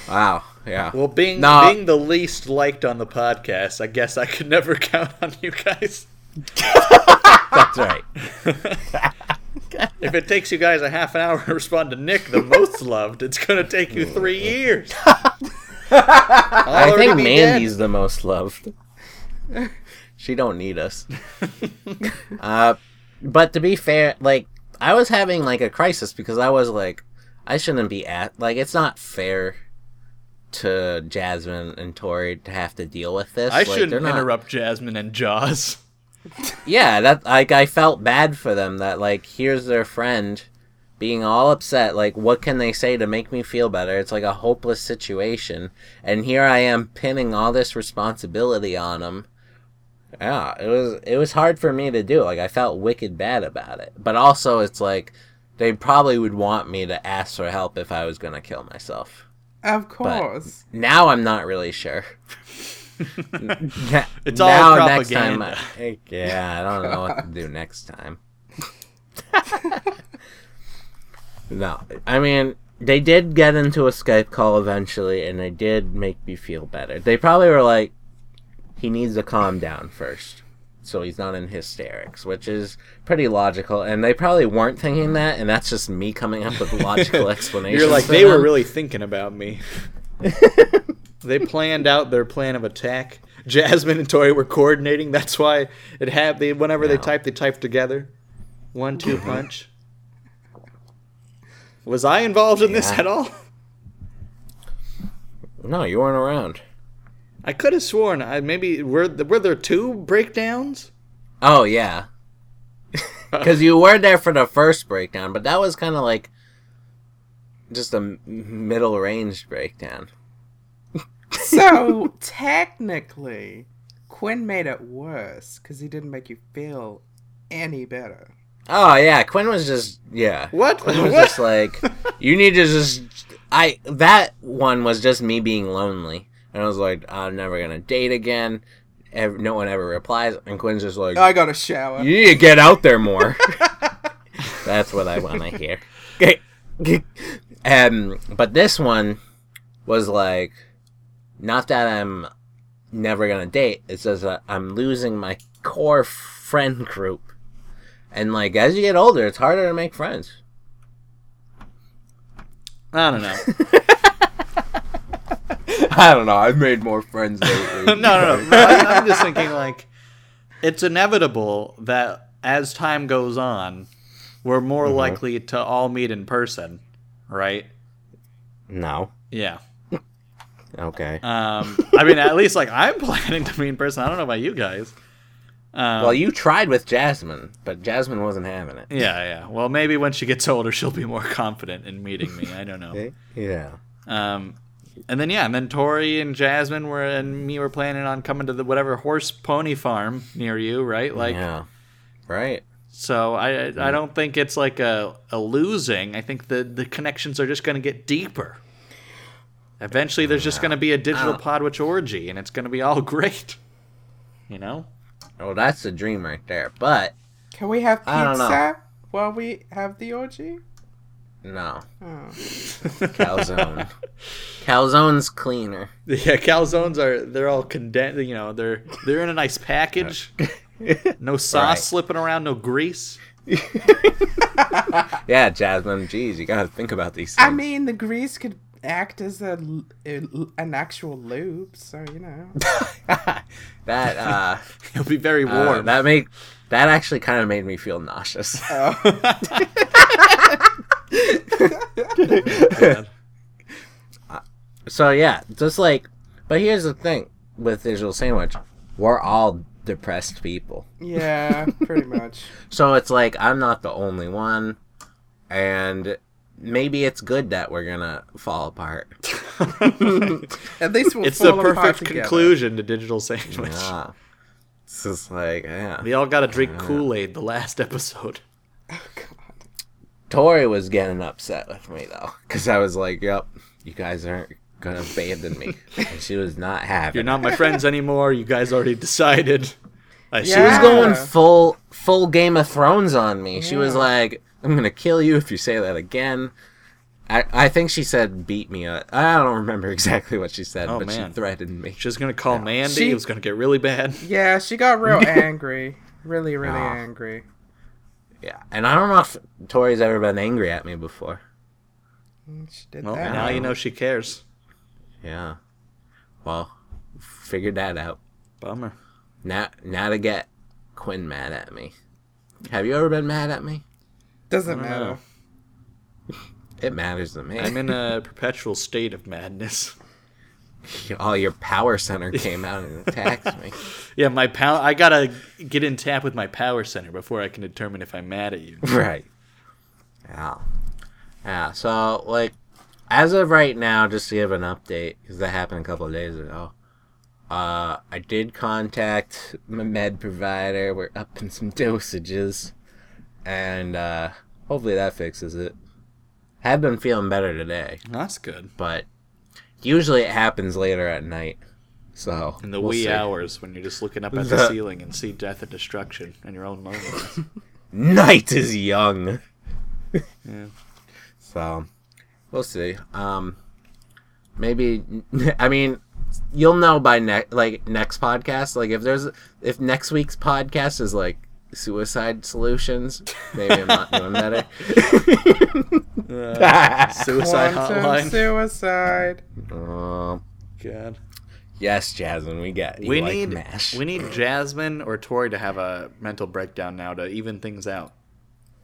S1: Wow. Yeah.
S3: Well, being
S1: No.
S3: being the least liked on the podcast, I guess I could [laughs] never count on you guys.
S1: That's right.
S3: If it takes you guys a half an hour to respond to Nick,
S1: [laughs]
S3: the most loved, it's gonna take you three years.
S1: I think Mandy's the most loved. she don't need us. uh, but to be fair, like I was having like a crisis because I was like, I shouldn't be at like it's not fair to Jasmine and Tori to have to deal with this.
S3: I
S1: Like, they're
S3: shouldn't
S1: not-
S3: interrupt Jasmine and Jaws.
S1: yeah that like i felt bad for them that like here's their friend being all upset like what can they say to make me feel better it's like a hopeless situation and here i am pinning all this responsibility on them yeah it was it was hard for me to do like i felt wicked bad about it but also it's like they probably would want me to ask for help if i was going to kill myself
S4: of [laughs] course,
S1: now i'm not really sure
S3: [laughs] It's all
S1: next time,
S3: propaganda.
S1: I- eh, yeah, I don't know what to do next time. [laughs] no, I mean they did get into a Skype call eventually, and they did make me feel better. They probably were like, he needs to calm down first, so he's not in hysterics, which is pretty logical. And they probably weren't thinking that, and that's just me coming up with
S3: [laughs]
S1: logical explanations.
S3: You're like
S1: for
S3: they were
S1: them.
S3: really thinking
S1: [laughs]
S3: about me. they planned out their plan of attack. Jasmine and Tori were coordinating. That's why it had they whenever they
S1: No.
S3: typed, they typed together.
S1: [laughs]
S3: One two punch. Was I involved in this
S1: Yeah.
S3: at all?
S1: no, you weren't around.
S3: I could have sworn I maybe were th- were there two breakdowns?
S1: Oh yeah,
S3: [laughs]
S1: because you were there for the first breakdown, but that was kind of like just a m- middle range breakdown.
S4: so technically, Quinn made it worse because he didn't make you feel any better.
S1: Oh yeah, Quinn was just yeah. [laughs]
S3: What?
S1: Quinn was
S3: What?
S1: just like you need to just I that one was just me being lonely, and I was like I'm never gonna date again. Ev- no one ever replies, and Quinn's just like
S4: I got a shower.
S1: you need to get out there more. [laughs] That's what I want to hear. um, but this one was like, not that I'm never gonna date. It says that I'm losing my core friend group, and like as you get older, it's harder to make friends.
S3: I don't know.
S1: [laughs] I don't know. I've made more friends lately.
S3: [laughs] no, no, no. I, I'm just thinking like it's inevitable that as time goes on, we're more likely to all meet in person, right?
S1: no.
S3: Yeah.
S1: Okay.
S3: Um, I mean, at least like I'm [laughs] planning to meet in person. I don't know about you guys. Um,
S1: well, you tried with Jasmine, but Jasmine wasn't having it.
S3: yeah, yeah. Well, maybe when she gets older, she'll be more confident in meeting me. I don't know.
S1: Yeah.
S3: Um, and then yeah, and then Tori and Jasmine were and me were planning on coming to the whatever horse pony farm near you, right? Like,
S1: yeah. Right.
S3: So I I don't think it's like a, a losing. I think the the connections are just going to get deeper. Eventually, there's just going to be a digital Podwitch orgy, and it's going to be all [laughs] great. You know?
S1: Well, that's the dream right there. But
S4: Can we have
S1: I don't know.
S4: pizza while we have the orgy?
S1: no,
S4: Oh.
S1: calzone. Calzone's cleaner.
S3: Yeah, calzones are they're all condensed. You know, they're [laughs] they're in a nice package. [laughs] No sauce
S1: Right.
S3: slipping around, no grease.
S1: Yeah, Jasmine. Geez, you gotta think about these things.
S4: I mean, the grease could act as a, l- a l- an actual lube, so you [laughs] know.
S1: [laughs] that uh,
S3: It'll be very
S1: uh,
S3: warm.
S1: that made that actually kind of made me feel nauseous. [laughs] So yeah, just like, but here's the thing with digital sandwich, we're all depressed people.
S4: Yeah, pretty much.
S1: So it's like I'm not the only one, and maybe it's good that we're gonna fall apart. [laughs]
S4: At least we'll
S3: it's the
S4: fall apart
S3: perfect
S4: together.
S3: conclusion to digital [laughs] sandwich.
S1: Yeah. It's just like yeah.
S3: They all got to drink Kool Aid the last episode.
S1: Tori was getting upset with me though, because I was like, "Yep, you guys aren't gonna abandon [laughs] me," and she was not happy.
S3: You're not my friends anymore. You guys already decided. I
S1: She was
S4: Yeah.
S1: going full full Game of Thrones on me. She was like, "I'm gonna kill you if you say that again." I, I think she said beat me up. I don't remember [laughs] exactly what she said,
S3: Oh,
S1: but
S3: man.
S1: she threatened me.
S3: She was gonna call Mandy.
S4: She-
S3: It was gonna get really bad.
S4: Yeah, she got real angry. Really, really
S1: Ah.
S4: angry.
S1: Yeah, and I don't know if Tori's ever been angry at me before.
S4: Mm, She did
S3: Well,
S4: that.
S3: now you know she cares.
S1: Yeah. Well, figured that out.
S3: Bummer.
S1: Now now to get Quinn mad at me. Have you ever been mad at me?
S4: Doesn't
S3: I don't know.
S4: matter.
S1: It matters to me.
S3: I'm
S1: [laughs]
S3: in a perpetual state of madness.
S1: all your power center came out and attacked me.
S3: Yeah, my power. I gotta get in tap with my power center before I can determine if I'm mad at you.
S1: Right. Yeah. Yeah. So like, as of right now, just to give an update, because that happened a couple of days ago. Uh, I did contact my med provider. We're upping some [laughs] dosages, and uh, hopefully that fixes it. Have been feeling better today,
S3: That's good.
S1: but usually it happens later at night. So
S3: In the
S1: we'll
S3: wee
S1: see.
S3: hours when you're just looking
S1: [laughs]
S3: up at the
S1: The-
S3: ceiling and see death and destruction and your
S1: [laughs]
S3: own loneliness.
S1: night is young.
S3: Yeah.
S1: So, we'll see. Um, maybe [laughs] I mean, you'll know by next like next podcast. Like if there's if next week's podcast is like suicide solutions, maybe I'm not doing better.
S3: [laughs]
S1: [laughs]
S3: Uh, [laughs] suicide
S4: Quantum
S3: hotline.
S4: suicide.
S1: Um,
S3: God.
S1: yes, Jasmine, we get you
S3: we
S1: like
S3: need
S1: mash.
S3: we need Jasmine or Tori to have a mental breakdown now to even things out.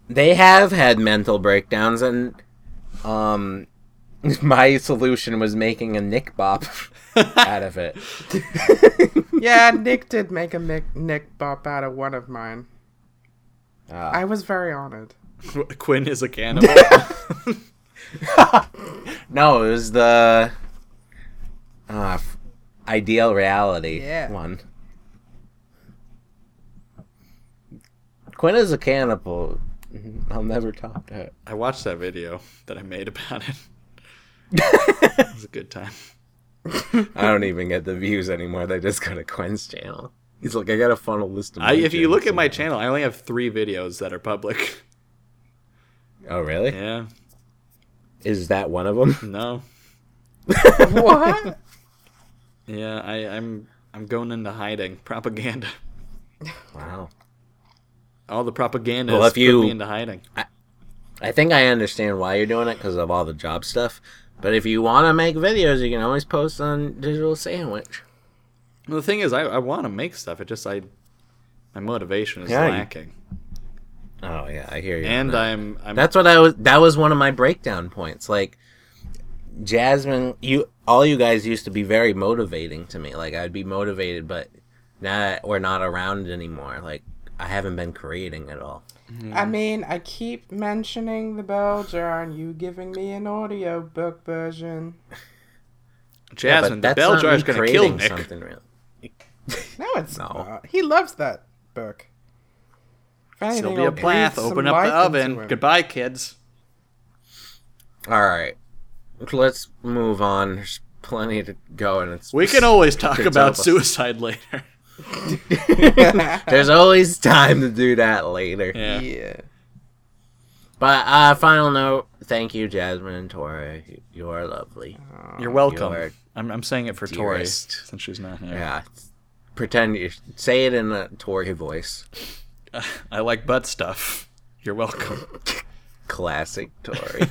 S1: they have had mental breakdowns and um [laughs] my solution was making a nick
S3: [laughs]
S1: bop out of it. [laughs]
S4: Yeah, Nick did make a Nick, Nick bop out of one of mine.
S1: Ah.
S4: I was very honored.
S3: [laughs] Quinn is a cannibal.
S1: [laughs] No, it was the uh, f- ideal reality
S4: Yeah.
S1: one. Quinn is a cannibal. [laughs] I'll never top that.
S3: I watched that video that I made about
S1: [laughs]
S3: it. it was a good time.
S1: I don't even get the views anymore. They just go to Quinn's channel. He's like, I gotta funnel this to.
S3: I,
S1: my
S3: if you look at
S1: channel
S3: my channel, I only have three videos that are public. [laughs]
S1: somehow." Oh really?
S3: Yeah,
S1: Is that [laughs] one of them?
S3: no,
S4: What?
S3: yeah. I, I'm I'm going into hiding. Propaganda.
S1: Wow.
S3: All the propaganda
S1: Well,
S3: is
S1: if you-
S3: put me into hiding.
S1: I think I understand why you're doing it because of all the job stuff. But if you want to make videos, you can always post on Digital Sandwich.
S3: Well, the thing is, I, I want to make stuff. It just I, my motivation is
S1: Yeah, you-
S3: lacking,
S1: Oh yeah, I hear you. on
S3: and
S1: that.
S3: I'm I'm
S1: That's what I was. That was one of my breakdown points. Like, Jasmine, you all you guys used to be very motivating to me. Like, I'd be motivated, but now that we're not around anymore, like I haven't been creating at all.
S3: Mm.
S4: I mean, I keep mentioning the bell jar and you giving me an audiobook version.
S3: Jasmine.
S1: but
S3: the bell
S1: not
S3: jar is
S1: me
S3: gonna kill
S1: creating
S3: Nick.
S1: Something real.
S4: No, it's
S1: No.
S4: not. He loves that book. If anything,
S3: Sylvia
S4: it'll breathe
S3: Plath,
S4: some
S3: open up
S4: life
S3: the
S4: into
S3: oven.
S4: him.
S3: Goodbye, kids.
S1: All right, let's move on. There's plenty to go, and it's
S3: We can always talk
S1: Kids
S3: about
S1: help us.
S3: suicide later.
S1: [laughs] There's always [laughs] time to do that later.
S3: [laughs] Yeah.
S4: [laughs] Yeah.
S1: But uh, final note: thank you, Jasmine and Tori. You- You are lovely.
S3: You're welcome.
S1: You are
S3: I'm, I'm saying it for Tori
S1: dearest.
S3: since she's not here.
S1: Yeah. Pretend you say it in a Tory voice.
S3: [laughs] I like butt stuff. You're
S1: [laughs]
S3: welcome.
S1: Classic
S3: [laughs]
S1: Tory.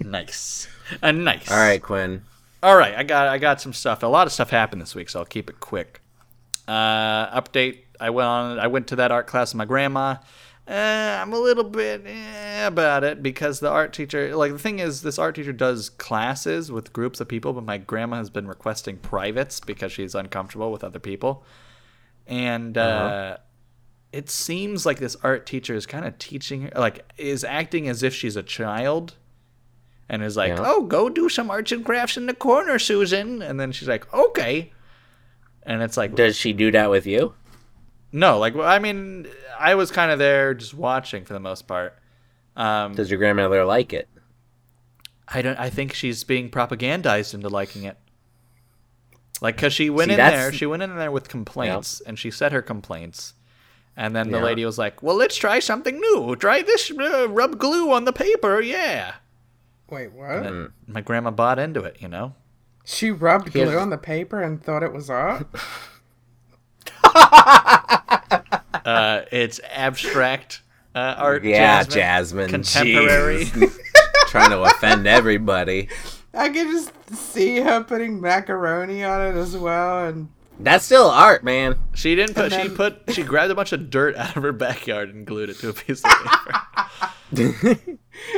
S3: nice. Uh, nice.
S1: All right, Quinn.
S3: All right. I got I got some stuff. A lot of stuff happened this week, so I'll keep it quick. Uh, update. I went on. I went to that art class with my grandma. Uh, I'm a little bit eh, about it because the art teacher. Like the thing is, this art teacher does classes with groups of people, but my grandma has been requesting privates because she's uncomfortable with other people, and. Uh, It seems like this art teacher is kind of teaching, her- like, is acting as if she's a child and is like,
S1: Yeah.
S3: "Oh, go do some arts and crafts in the corner, Susan." And then she's like, "Okay." And it's like,
S1: Does she do that with you?
S3: "No, like well, I mean, I was kind of there just watching for the most part." Um,
S1: Does your grandmother like it?
S3: I don't. I think she's being propagandized into liking it. Like, cause she went
S1: See,
S3: in
S1: that's-
S3: there, she went in there with complaints, and she said her complaints, and then the
S1: Yeah.
S3: lady was like, "Well, let's try something new. Try this. Uh, rub glue on the paper. Yeah."
S4: Wait, what?
S1: Hmm.
S3: And my grandma bought into it, you know.
S4: She rubbed
S1: Here's-
S4: glue on the paper and thought it was art.
S3: Uh, it's abstract uh, art.
S1: Yeah, Jasmine.
S3: Jasmine. Contemporary.
S1: Jeez. Trying to offend
S3: [laughs]
S1: everybody.
S4: I could just see her putting macaroni on it as well, and
S1: That's still art, man.
S3: She didn't put.
S4: And
S3: She
S4: then-
S3: put. She grabbed a bunch of dirt out of her backyard and glued it to a piece of paper,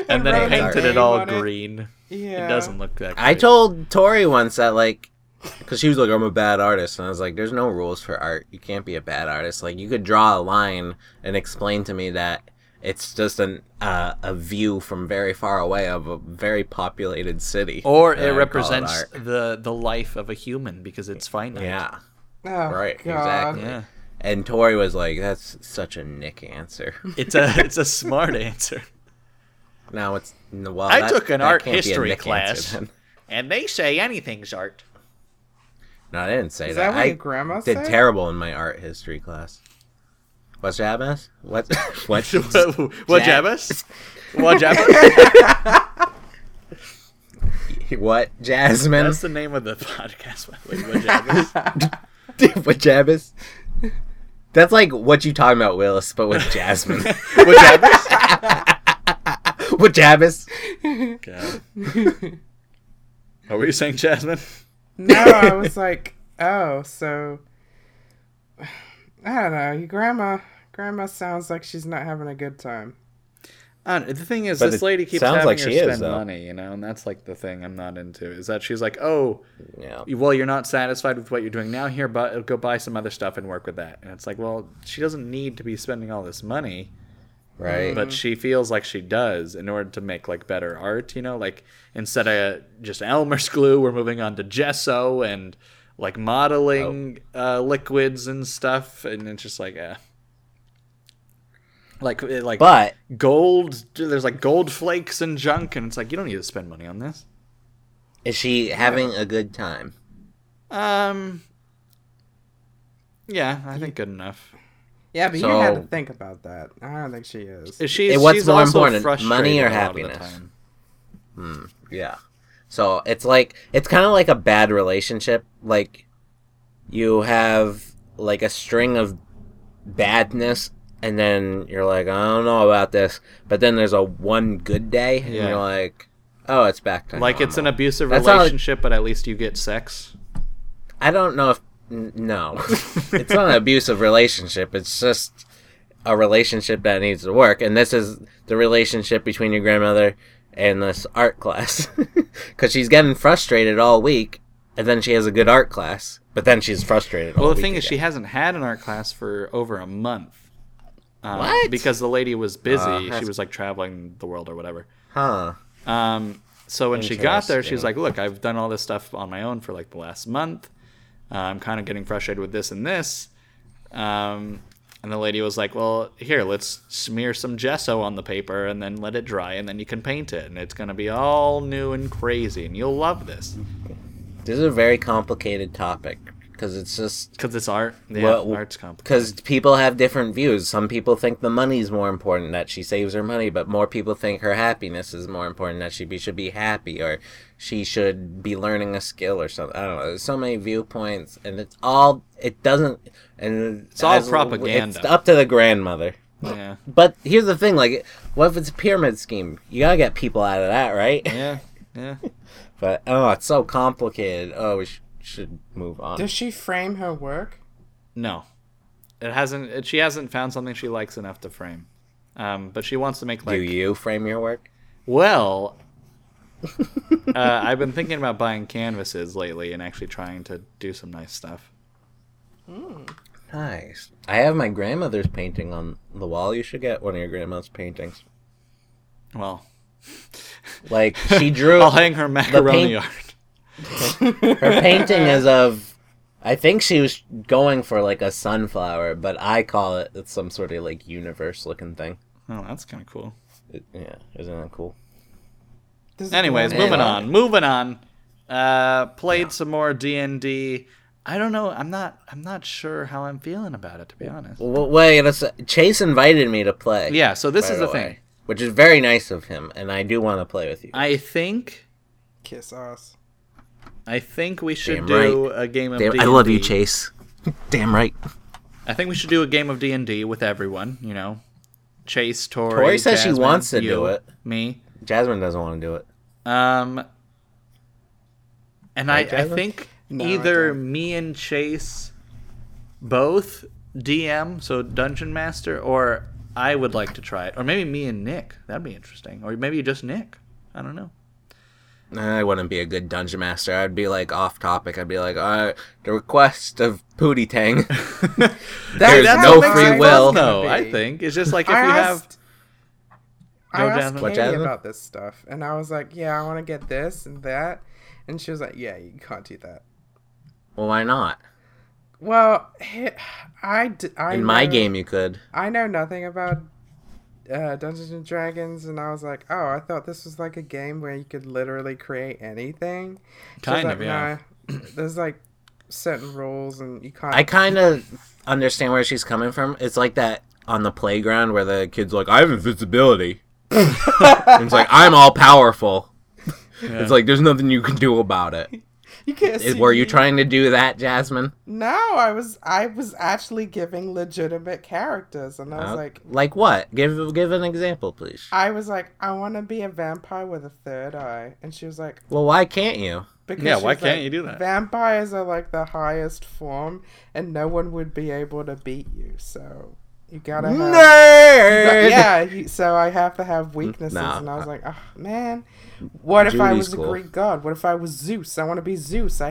S3: and then
S4: wrote
S1: her
S3: painted
S4: name
S3: it all
S4: on it.
S3: green.
S4: yeah,
S3: It doesn't look that. Great.
S1: I told Tori once that, like, because she was like, I'm a bad artist. And I was like, there's no rules for art. You can't be a bad artist. Like, you could draw a line and explain to me that it's just an uh, a view from very far away of a very populated city.
S3: Or
S1: And
S3: it
S1: I'd call
S3: represents
S1: art.
S3: the the life of a human because it's finite.
S1: Yeah.
S4: Oh,
S1: Right,
S4: God.
S1: exactly.
S3: Yeah.
S1: And Tori was like, that's such a Nick answer. [laughs]
S3: It's a it's a smart answer.
S1: now it's, well,
S3: I
S1: that-
S3: took an
S1: that
S3: art
S1: can't be a
S3: history
S1: Nick answer
S3: class.
S1: then. [laughs]
S3: And they say anything's art.
S1: No, I didn't say
S4: Is
S1: that.
S4: that what
S1: I
S4: your grandma
S1: did
S4: said?
S1: terrible in my art history class. What's that, miss? What? [laughs] what?
S3: [laughs] [laughs] what
S1: Jab- [laughs]
S3: Jabbas? What Jabbas?
S1: What, Jasmine?
S3: That's the name of the podcast. by the way, What
S1: [laughs]
S3: Jabbas?
S1: what, Jabbas? That's like what you talking about, Willis, but
S3: [laughs]
S1: with Jasmine. [laughs]
S3: What Jabbas?
S1: what, Jabbas?
S3: God. What were you saying, Jasmine?
S4: No, I was like, oh, so [sighs] I don't know. Your grandma, grandma sounds like she's not having a good time.
S3: I don't- the thing is,
S1: But
S3: this
S1: it
S3: lady keeps
S1: sounds
S3: having
S1: like
S3: her
S1: she is,
S3: spend
S1: though.
S3: money, you know, and that's like the thing I'm not into is that she's like, oh,
S1: Yeah.
S3: you- well, you're not satisfied with what you're doing now. Here, but uh, go buy some other stuff and work with that. And it's like, well, she doesn't need to be spending all this money,
S1: Right.
S3: but she feels like she does in order to make like better art. You know, like instead of just Elmer's glue, we're moving on to gesso and like modeling
S1: Oh.
S3: uh, liquids and stuff. And it's just like, uh, like it- like
S1: But
S3: gold. There's like gold flakes and junk, and it's like you don't need to spend money on this.
S1: is she having a good time?
S3: Um. Yeah, I think good enough.
S4: Yeah, but you had to
S1: So-
S4: think about that. I don't think she is.
S3: She's,
S1: what's
S3: she's
S1: more
S3: also
S1: important,
S3: frustrated
S1: money or
S3: a lot of the
S1: happiness? [laughs]
S3: time.
S1: Yeah. So it's like it's kind of like a bad relationship. Like you have like a string of badness and then you're like i don't know about this but then there's a one good day and
S3: Yeah.
S1: you're like oh it's back to
S3: Like it's an
S1: normal.
S3: abusive
S1: That's all-
S3: relationship, but at least you get sex.
S1: i don't know if n- no
S3: [laughs]
S1: it's not an abusive relationship it's just a relationship that needs to work and this is the relationship between your grandmother and this art class [laughs] because she's getting frustrated all week and then she has a good art class but then she's frustrated all
S3: Well, the
S1: week
S3: thing is,
S1: again.
S3: she hasn't had an art class for over a month. Um,
S1: What? Uh,
S3: Because the lady was busy. she
S1: that's-
S3: was like traveling the world or whatever.
S1: huh
S3: Um, so when she got there, she was
S1: Interesting.
S3: like, "Look, I've done all this stuff on my own for like the last month. Uh, I'm kind of getting frustrated with this and this." Um, and the lady was like, "Well, here, let's smear some gesso on the paper and then let it dry, and then you can paint it, and it's gonna be all new and crazy, and you'll love this
S1: This is a very complicated topic because it's just
S3: because it's art. Yeah,
S1: Well,
S3: art's complicated.
S1: because people have different views. Some people think the money's more important that she saves her money, but more people think her happiness is more important that she be, should be happy or she should be learning a skill or something. I don't know. There's so many viewpoints, and it's all it doesn't. And it's
S3: all propaganda.
S1: It's up to the grandmother.
S3: Yeah,
S1: But here's the thing: like, what if it's a pyramid scheme? You gotta get people out of that, right?
S3: yeah, yeah.
S1: But oh, it's so complicated. Oh, we sh- should move on.
S4: Does she frame her work?
S3: No, it hasn't. It, she hasn't found something she likes enough to frame. Um, but she wants to make like
S1: Do you frame your work?
S3: Well, uh, I've been thinking about buying canvases lately and actually trying to do some nice stuff.
S1: Nice. I have my grandmother's painting on the wall. You should get one of your grandma's paintings.
S3: Well,
S1: Like she drew
S3: [laughs] I'll hang her macaroni
S1: paint-
S3: art.
S1: her painting is of I think she was going for like a sunflower, but I call it it's some sort of like universe looking thing.
S3: Oh, that's kind of cool.
S1: It- yeah, isn't that cool?
S4: Does it
S3: Anyways,
S4: go
S1: Man.
S3: moving on. Moving on. Uh, played some more D and D. I don't know. I'm not. I'm not sure how I'm feeling about it to be honest.
S1: Well, wait, a sec- Chase invited me to play.
S3: Yeah. So this
S1: by
S3: is the
S1: way,
S3: thing.
S1: which is very nice of him, and I do want to play with you.
S3: I think.
S4: Kiss ass.
S3: I think we
S1: Damn
S3: should do a game of
S1: Damn,
S3: D&D.
S1: I love you, Chase. [laughs] Damn right.
S3: I think we should do a game of D and D with everyone. You know, Chase, Tori.
S1: Tori says she
S3: Jasmine,
S1: wants to
S3: you,
S1: do it.
S3: Me.
S1: Jasmine doesn't want to do it.
S3: Um, and I, I
S1: Jasmine?
S3: think
S4: No, I
S3: either
S4: don't.
S3: me and Chase, both DM, so dungeon master, or I would like to try it, or maybe me and Nick. That'd be interesting, or maybe just Nick. I
S1: [laughs]
S3: don't know.
S1: I wouldn't be a good dungeon master. I'd be like off topic. I'd be like, uh, the request of Pootie Tang. [laughs] There's
S3: That's
S1: no
S3: what makes
S1: free
S3: it
S1: will.
S3: fun, though.
S4: Gonna be.
S3: I think it's just like if
S4: I
S3: you have
S4: asked, I
S3: Go,
S4: asked
S3: Jasmine.
S1: What,
S4: Katie
S1: Jasmine?
S4: about this stuff, and I was like, "Yeah, I want to get this and that," and she was like, "Yeah, you can't do that."
S1: Well, why not?
S4: Well, he- I d- I
S1: In my
S4: know-
S1: game, you could.
S4: I know nothing about uh, Dungeons and Dragons, and I was like, "Oh, I thought this was like a game where you could literally create anything." She was
S3: Kind
S4: like,
S3: of, yeah.
S4: "Nah, there's like certain rules, and you can't.
S1: I kind of understand where she's coming from. It's like that on the playground where the kid's like, I have invisibility. [laughs] and it's like, I'm all powerful. It's like, there's nothing you can do about
S4: [laughs]
S1: it.
S4: you can't
S1: Is-
S4: see
S1: Were you
S4: me."
S1: trying to do that, Jasmine?
S4: No, I was I was actually giving legitimate characters, and I was
S1: Uh,
S4: like,
S1: like what? Give give an example, please.
S4: I was like, I want to be a vampire with a third eye, and she was like,
S1: Well, why can't you?
S4: because
S3: Yeah,
S4: she
S3: why
S4: was
S3: can't
S4: like,
S3: you do that?
S4: Vampires are like the highest form, and no one would be able to beat you, so you gotta have.
S1: Nerd.
S4: Yeah, you- so I have to have weaknesses,
S1: nah.
S4: and I was like, oh man, what if I
S1: Judy
S4: was
S1: school.
S4: a Greek god? What if I was Zeus? I want to be
S1: [laughs]
S4: Zeus. I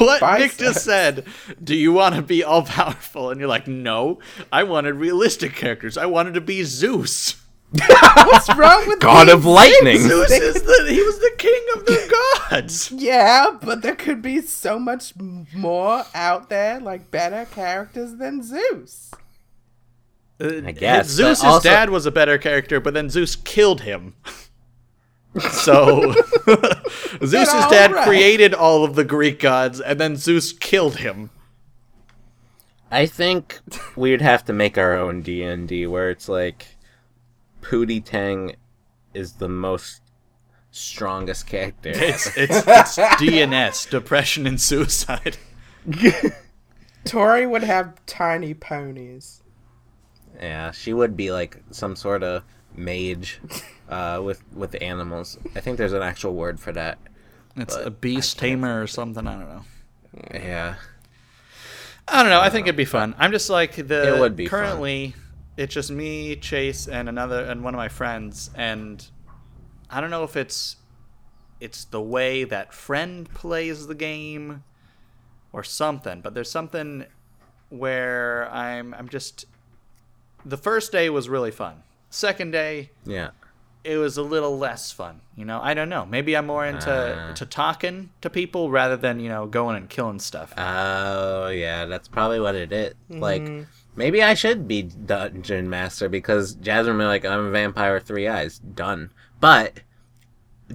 S3: [laughs] what Nick just
S4: [laughs] biceps."
S3: said. Do you want to be all powerful? And you're like, no. I wanted realistic characters. I wanted to be Zeus.
S4: What's wrong with
S1: God
S4: me?
S1: of lightning.
S3: Zeus is the he was the king
S1: [laughs]
S3: of the gods.
S4: [laughs] Yeah, but there could be so much m- more out there, like better characters than Zeus.
S3: I
S1: guess, but
S3: Zeus's
S1: also-
S3: dad was a better character, but then Zeus killed him. [laughs]
S1: [laughs]
S3: So Zeus's
S4: all
S3: dad
S4: right.
S3: created all of the Greek gods, and then Zeus killed him.
S1: I think we'd have to make our own D and D where it's like Pootie Tang is the most strongest
S3: [laughs]
S1: character. [laughs]
S3: It's it's, it's DNS, depression and suicide.
S4: Tori would have tiny ponies.
S1: Yeah, she would be like some sort of mage uh, with with animals. I think there's an actual word for that.
S3: It's a beast tamer or something. I don't know.
S1: Yeah,
S3: I don't know. I think it'd be fun. I'm just like the.
S1: It would be
S3: currently. It's just me, Chase, and another and one of my friends, and I don't know if it's it's the way that friend plays the game or something, but there's something where I'm I'm just the first day was really fun. Second day,
S1: yeah.
S3: it was a little less fun. You know, I don't know. Maybe I'm more into
S1: Ah.
S3: to talking to people rather than you know going and killing stuff.
S1: Oh yeah, that's probably what it is. Like maybe I should be dungeon master because Jasmine be like I'm a vampire with three eyes. Done. But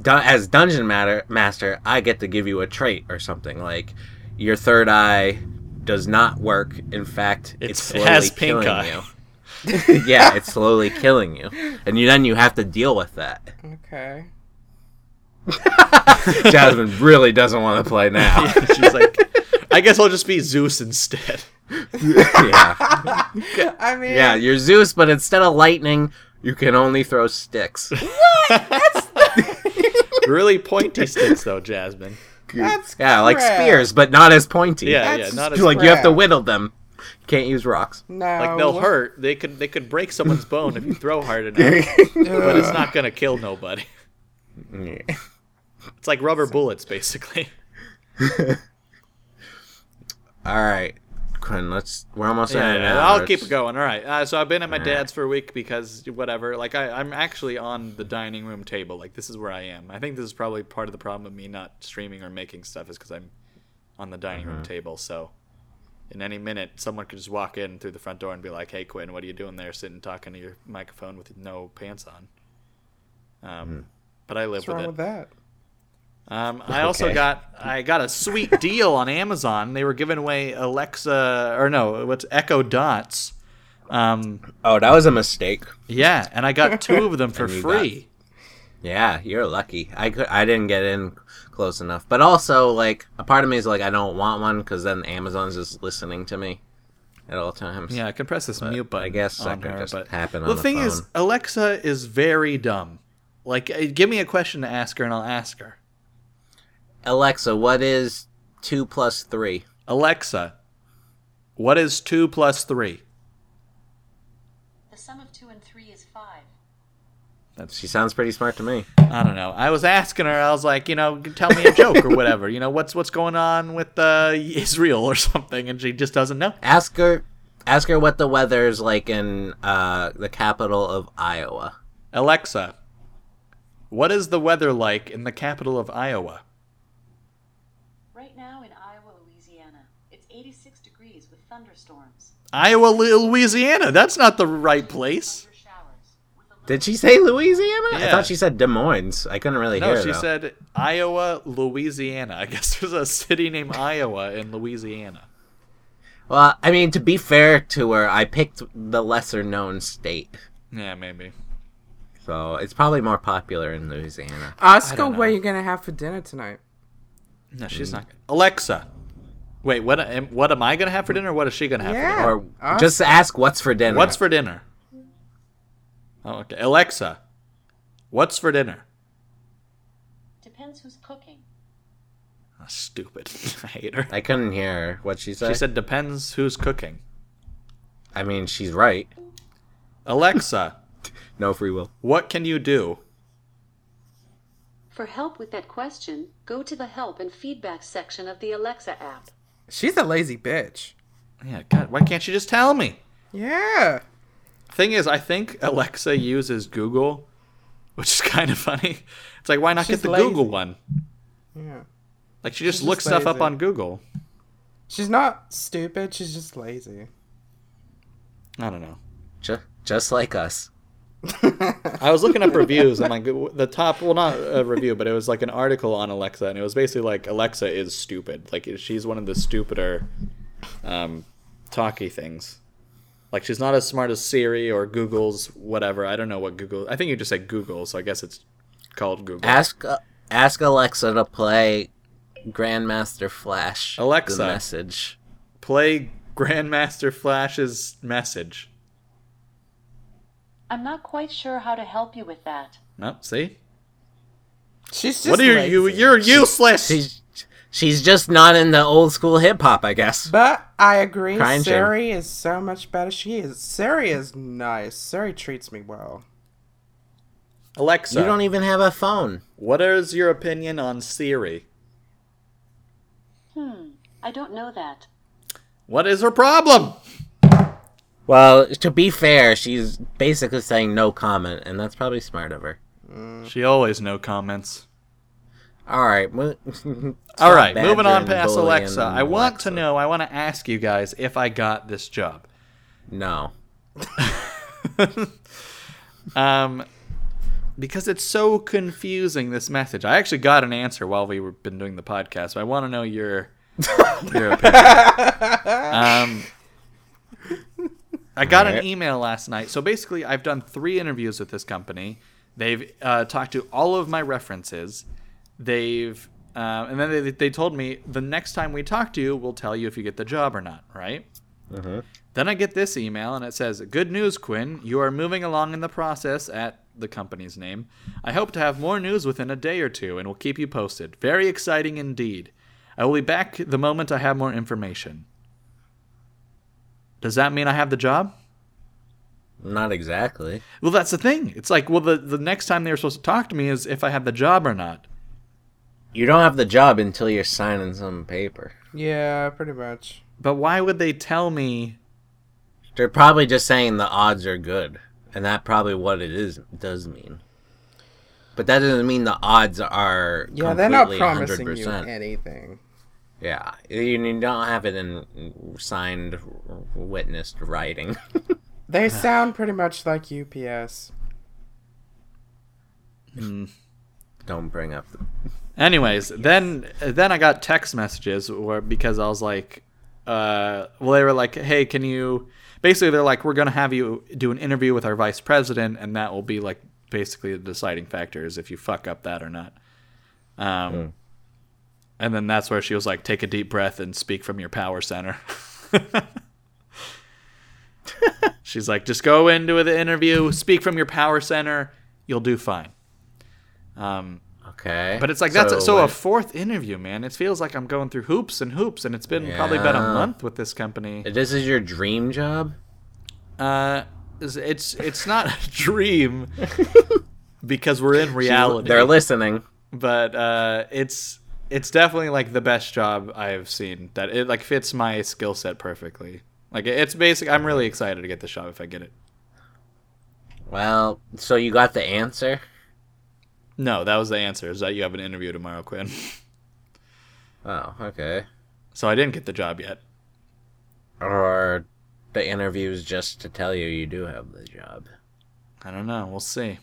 S1: dun- as dungeon matter- master, I get to give you a trait or something like your third eye does not work. In fact, it's,
S3: It's- it
S1: slowly
S3: has pink
S1: killing
S3: eye.
S1: you. [laughs] yeah, it's slowly killing you, and you, then you have to deal with that.
S4: Okay.
S1: Jasmine really doesn't want to play now.
S3: [laughs] She's like, I guess I'll just be Zeus instead.
S1: [laughs] yeah.
S4: I mean,
S1: Yeah, you're Zeus, but instead of lightning, you can only throw sticks.
S3: Really pointy sticks though, Jasmine.
S4: that's
S1: yeah, like
S4: crap.
S1: spears, but not as pointy.
S3: Yeah,
S4: That's
S3: yeah, not as
S1: like you have to
S4: crap.
S1: whittle them. You can't use rocks.
S4: No,
S3: like they'll hurt. They could they could break someone's bone if you throw hard enough, but it's not gonna kill nobody. [laughs] It's like rubber bullets basically.
S1: All right, Quinn, let's. We're almost at an
S3: Yeah,
S1: hour.
S3: I'll keep it going. All right. Uh, so I've been at my dad's for a week because whatever. Like I, I'm actually on the dining room table. Like this is where I am. I think this is probably part of the problem of me not streaming or making stuff is because I'm on the dining room table. So in any minute, someone could just walk in through the front door and be like, "Hey, Quinn, what are you doing there, sitting talking to your microphone with no pants on?" Um, but I live
S4: What's wrong
S3: with it.
S4: with that?
S3: Um,
S1: [laughs]
S3: I also
S1: Okay.
S3: got I got a sweet deal on Amazon. They were giving away Alexa or no, what's Echo Dots. Um,
S1: Oh, that was a mistake.
S3: yeah, and I got two
S1: [laughs]
S3: of them for
S1: knew that.
S3: free.
S1: Yeah, you're lucky. I could. I didn't get in close enough. But also, like, a part of me is like, I don't want one because then Amazon's just listening to me at all times.
S3: Yeah, I can press this mute button.
S1: I guess that
S3: on
S1: could
S3: her,
S1: just
S3: but
S1: happen
S3: the
S1: on the
S3: thing is,
S1: phone.
S3: Alexa is very dumb. Like, uh, give me a question to ask her, and I'll ask her.
S1: Alexa, what is two plus three?
S3: Alexa, what is two plus three?
S5: The sum of 2 and 3 is 5.
S3: That's
S1: She sounds pretty smart to me.
S3: I don't know. I was asking her. I was like, you know, tell me a joke or whatever. You know, what's what's going on with uh, Israel or [laughs] something? And she just doesn't know.
S1: ask her ask her what the weather's like in uh, the capital of Iowa.
S3: Alexa, what is the weather like in the capital of Iowa?
S5: Right now in Iowa, Louisiana, it's 86 degrees with thunderstorms.
S3: Iowa, Lu- Louisiana. That's not the right place.
S5: Thunder showers. With a low
S1: Did she say Louisiana? I
S3: Yeah.
S1: thought she said Des Moines. I couldn't really
S3: No,
S1: hear.
S3: she
S1: though.
S3: said Iowa, Louisiana. I guess there's a city named Iowa in Louisiana.
S1: Well, I mean, to be fair to her, I picked the lesser known state,
S3: Yeah, maybe.
S1: so it's probably more popular in Louisiana.
S4: Oscar,
S3: don't know.
S4: what are you gonna have for dinner tonight?
S3: No, she's not. Alexa, wait. What? Am, what am I gonna have for dinner? What is she gonna have? for dinner?
S4: Yeah.
S1: Or
S4: Os-
S1: just ask what's for dinner.
S3: What's for dinner? Oh, okay. Alexa, what's for dinner?
S5: Depends who's cooking.
S3: Oh, stupid. [laughs] I hate her.
S1: I couldn't hear her. what she said.
S3: She said, depends who's cooking.
S1: I mean, she's right.
S3: Alexa,
S1: No free will.
S3: what can you do?
S5: For help with that question, go to the help and feedback section of the Alexa app.
S4: She's a lazy bitch.
S3: Yeah, God, why can't you just tell me?
S4: Yeah.
S3: Thing is, I think Alexa uses Google, which is [laughs] kind of funny. It's like, why not
S4: She's
S3: get the
S4: lazy.
S3: Google one?
S4: Yeah.
S3: Like, she just
S4: just
S3: looks stuff up
S4: lazy.
S3: on Google.
S4: She's not stupid. She's just lazy.
S3: I don't know.
S1: Just, just like us.
S3: I was looking up
S1: [laughs]
S3: reviews and like the top, well, not a review, but it was like an article on Alexa, and it was basically like Alexa is stupid. Like she's one of the stupider, um, talky things. Like she's not as smart as Siri or Google's whatever. I don't know what Google. I think you just said Google, so I guess it's called Google.
S1: Ask uh, ask Alexa to play Grandmaster Flash. the
S3: Alexa.
S1: message.
S3: Play Grandmaster Flash's message.
S5: I'm not quite sure how to help you with that.
S3: Nope, see?
S4: She's just
S3: What are you?
S4: lazy.
S3: You're useless!
S1: She's she's just not into old school hip hop, I guess.
S4: But I agree.
S1: Crying shame.
S4: Siri is so much better. She is. Siri is nice. Siri treats me well.
S3: Alexa,
S1: You don't e- even have a phone.
S3: what is your opinion on Siri?
S5: Hmm, I don't know that.
S3: What is her problem?
S1: Well, to be fair, she's basically saying no comment, and that's probably smart of her.
S3: She always no comments.
S1: All right. Mo-
S3: [laughs] All right,
S1: Badger
S3: moving on
S1: and
S3: past
S1: bullying
S3: Alexa. I
S1: and
S3: want
S1: Alexa.
S3: to know, I want to ask you guys if I got this job.
S1: No.
S3: Um, because it's so confusing this message. I actually got an answer while we were been doing the podcast, but I want to know your your opinion. Um, I got an
S1: Alright.
S3: email last night. So basically, I've done three interviews with this company. They've uh, talked to all of my references. They've uh, and then they, they told me the next time we talk to you, we'll tell you if you get the job or not. Right. Then I get this email and it says, Good news, Quinn. You are moving along in the process at the company's name. I hope to have more news within a day or two and will keep you posted. Very exciting indeed. I will be back the moment I have more information. Does that mean I have the job?
S1: Not exactly.
S3: Well, that's the thing. It's like, well, the, the next time they were supposed to talk to me is if I have the job or not.
S1: You don't have the job until you're signing some paper.
S4: Yeah, pretty much.
S3: But why would they tell me?
S1: They're probably just saying the odds are good, and that probably what it is does mean. But that doesn't mean the odds are
S4: Yeah, they're not
S1: completely
S4: promising
S1: 100%.
S4: you anything.
S1: Yeah, you you don't have it in signed, witnessed writing. [laughs]
S4: They sound pretty much like UPS.
S1: don't bring up. The...
S3: Anyways, then then I got text messages where because I was like, uh, well, they were like, hey, can you? Basically, they're like, we're gonna have you do an interview with our vice president, and that will be like basically the deciding factor is if you fuck up that or not. Um, and then that's where she was like, take a deep breath and speak from your power center. She's like, just go into the interview, speak from your power center, you'll do fine. Um,
S1: Okay,
S3: but it's like that's so, a
S1: what-
S3: fourth interview, man. It feels like I'm going through hoops and hoops, and it's been probably about a
S1: Yeah.
S3: month with this company.
S1: this is your dream job.
S3: Uh, it's it's, it's not a [laughs] dream because we're in reality.
S1: They're listening.
S3: but uh, it's it's definitely like the best job I've seen. That it like fits my skill set perfectly. Like it's basic. I'm really excited to get this job if I get it.
S1: Well, so you got the answer.
S3: No, that was the answer. Is that you have an interview tomorrow, Quinn? [laughs]
S1: Oh, okay.
S3: so I didn't get the job yet.
S1: Or the interview's just to tell you you do have the job.
S3: I don't know. We'll see.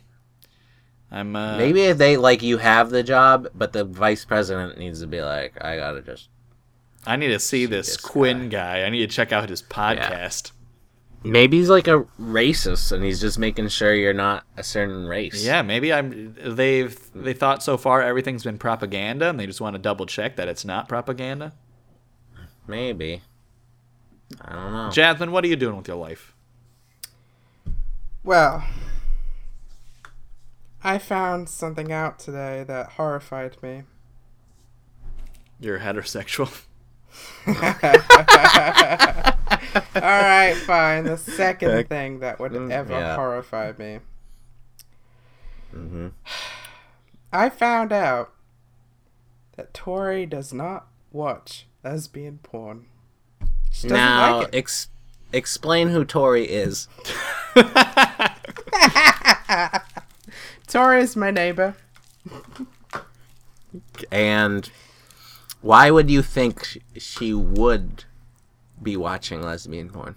S3: I'm uh,
S1: Maybe if they like you have the job, but the vice president needs to be like, I gotta just
S3: I need to see this,
S1: this
S3: Quinn guy. I need to check out his podcast.
S1: Maybe he's like a racist and he's just making sure you're not a certain race.
S3: Yeah, maybe I'm. They've they thought so far everything's been propaganda, and they just want to double check that it's not propaganda.
S1: Maybe. I don't know.
S3: Jasmine, what are you doing with your life?
S4: Well, I found something out today that horrified me.
S3: You're heterosexual. [laughs]
S4: All
S1: [laughs]
S4: right, fine. The second thing that would
S1: Mm,
S4: ever
S1: yeah.
S4: horrify me.
S1: Mhm.
S4: [sighs] I found out that Tori does not watch lesbian porn. She doesn't
S1: now,
S4: like it.
S1: ex- explain who Tori is.
S4: Tori is my neighbor.
S1: And why would you think sh- she would be watching lesbian porn?